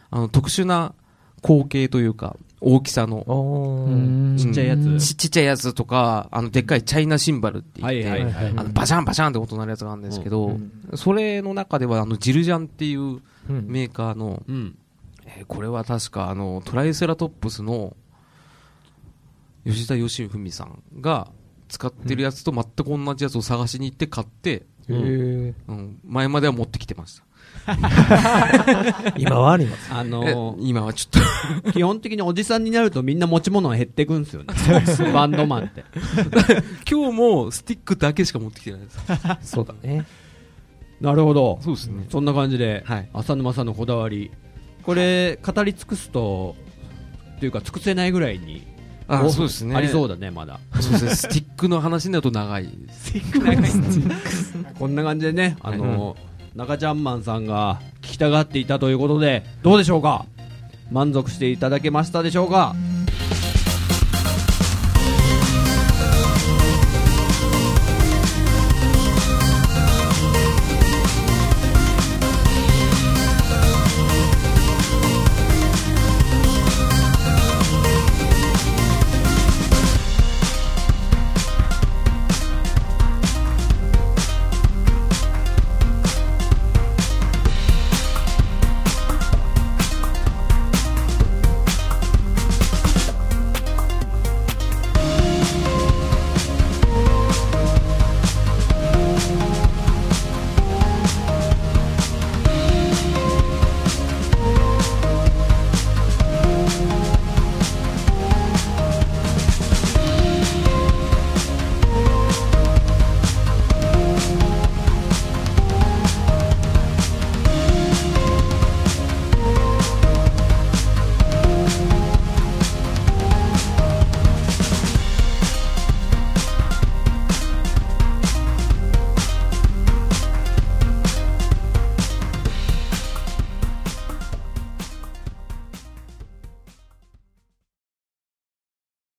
Speaker 4: あの、特殊な光景というか、大きさの、
Speaker 2: ちっちゃいやつ。
Speaker 4: ちちっちゃいやつとか、あの、でっかいチャイナシンバルって言っ
Speaker 2: は
Speaker 4: て、
Speaker 2: いはいはい。
Speaker 4: あのバシャンバシャンって音鳴るやつがあるんですけど、それの中では、あの、ジルジャンっていうメーカーの、
Speaker 2: うん。
Speaker 4: えーこれは確かあのトライセラトップスの吉田義文さんが使ってるやつと全く同じやつを探しに行って買って、うん、前までは持ってきてました、
Speaker 3: 今はあります。
Speaker 2: あ
Speaker 4: え
Speaker 2: の
Speaker 4: 今はちょっ
Speaker 2: 基本的におじさんになるとみんな持ち物が減ってくんですよね。バンドマンって。
Speaker 4: と 今日もスティックだけしか持ってきてないです
Speaker 3: そうだね。
Speaker 2: なるほど。
Speaker 4: そうですね
Speaker 2: そんな感じで、
Speaker 4: はい
Speaker 2: 浅沼さんのこだわり、これ、語り尽くすと、というか、尽くせないぐらいに、
Speaker 4: あ
Speaker 2: お
Speaker 4: そうですね
Speaker 2: ありそう
Speaker 4: だ
Speaker 2: だね、まだ。
Speaker 4: そうですねスティックの話になると長いです
Speaker 2: こんな感じでね、あの、中ちゃんマンさんが聞きたがっていたということで、どうでしょうか満足していただけましたでしょうか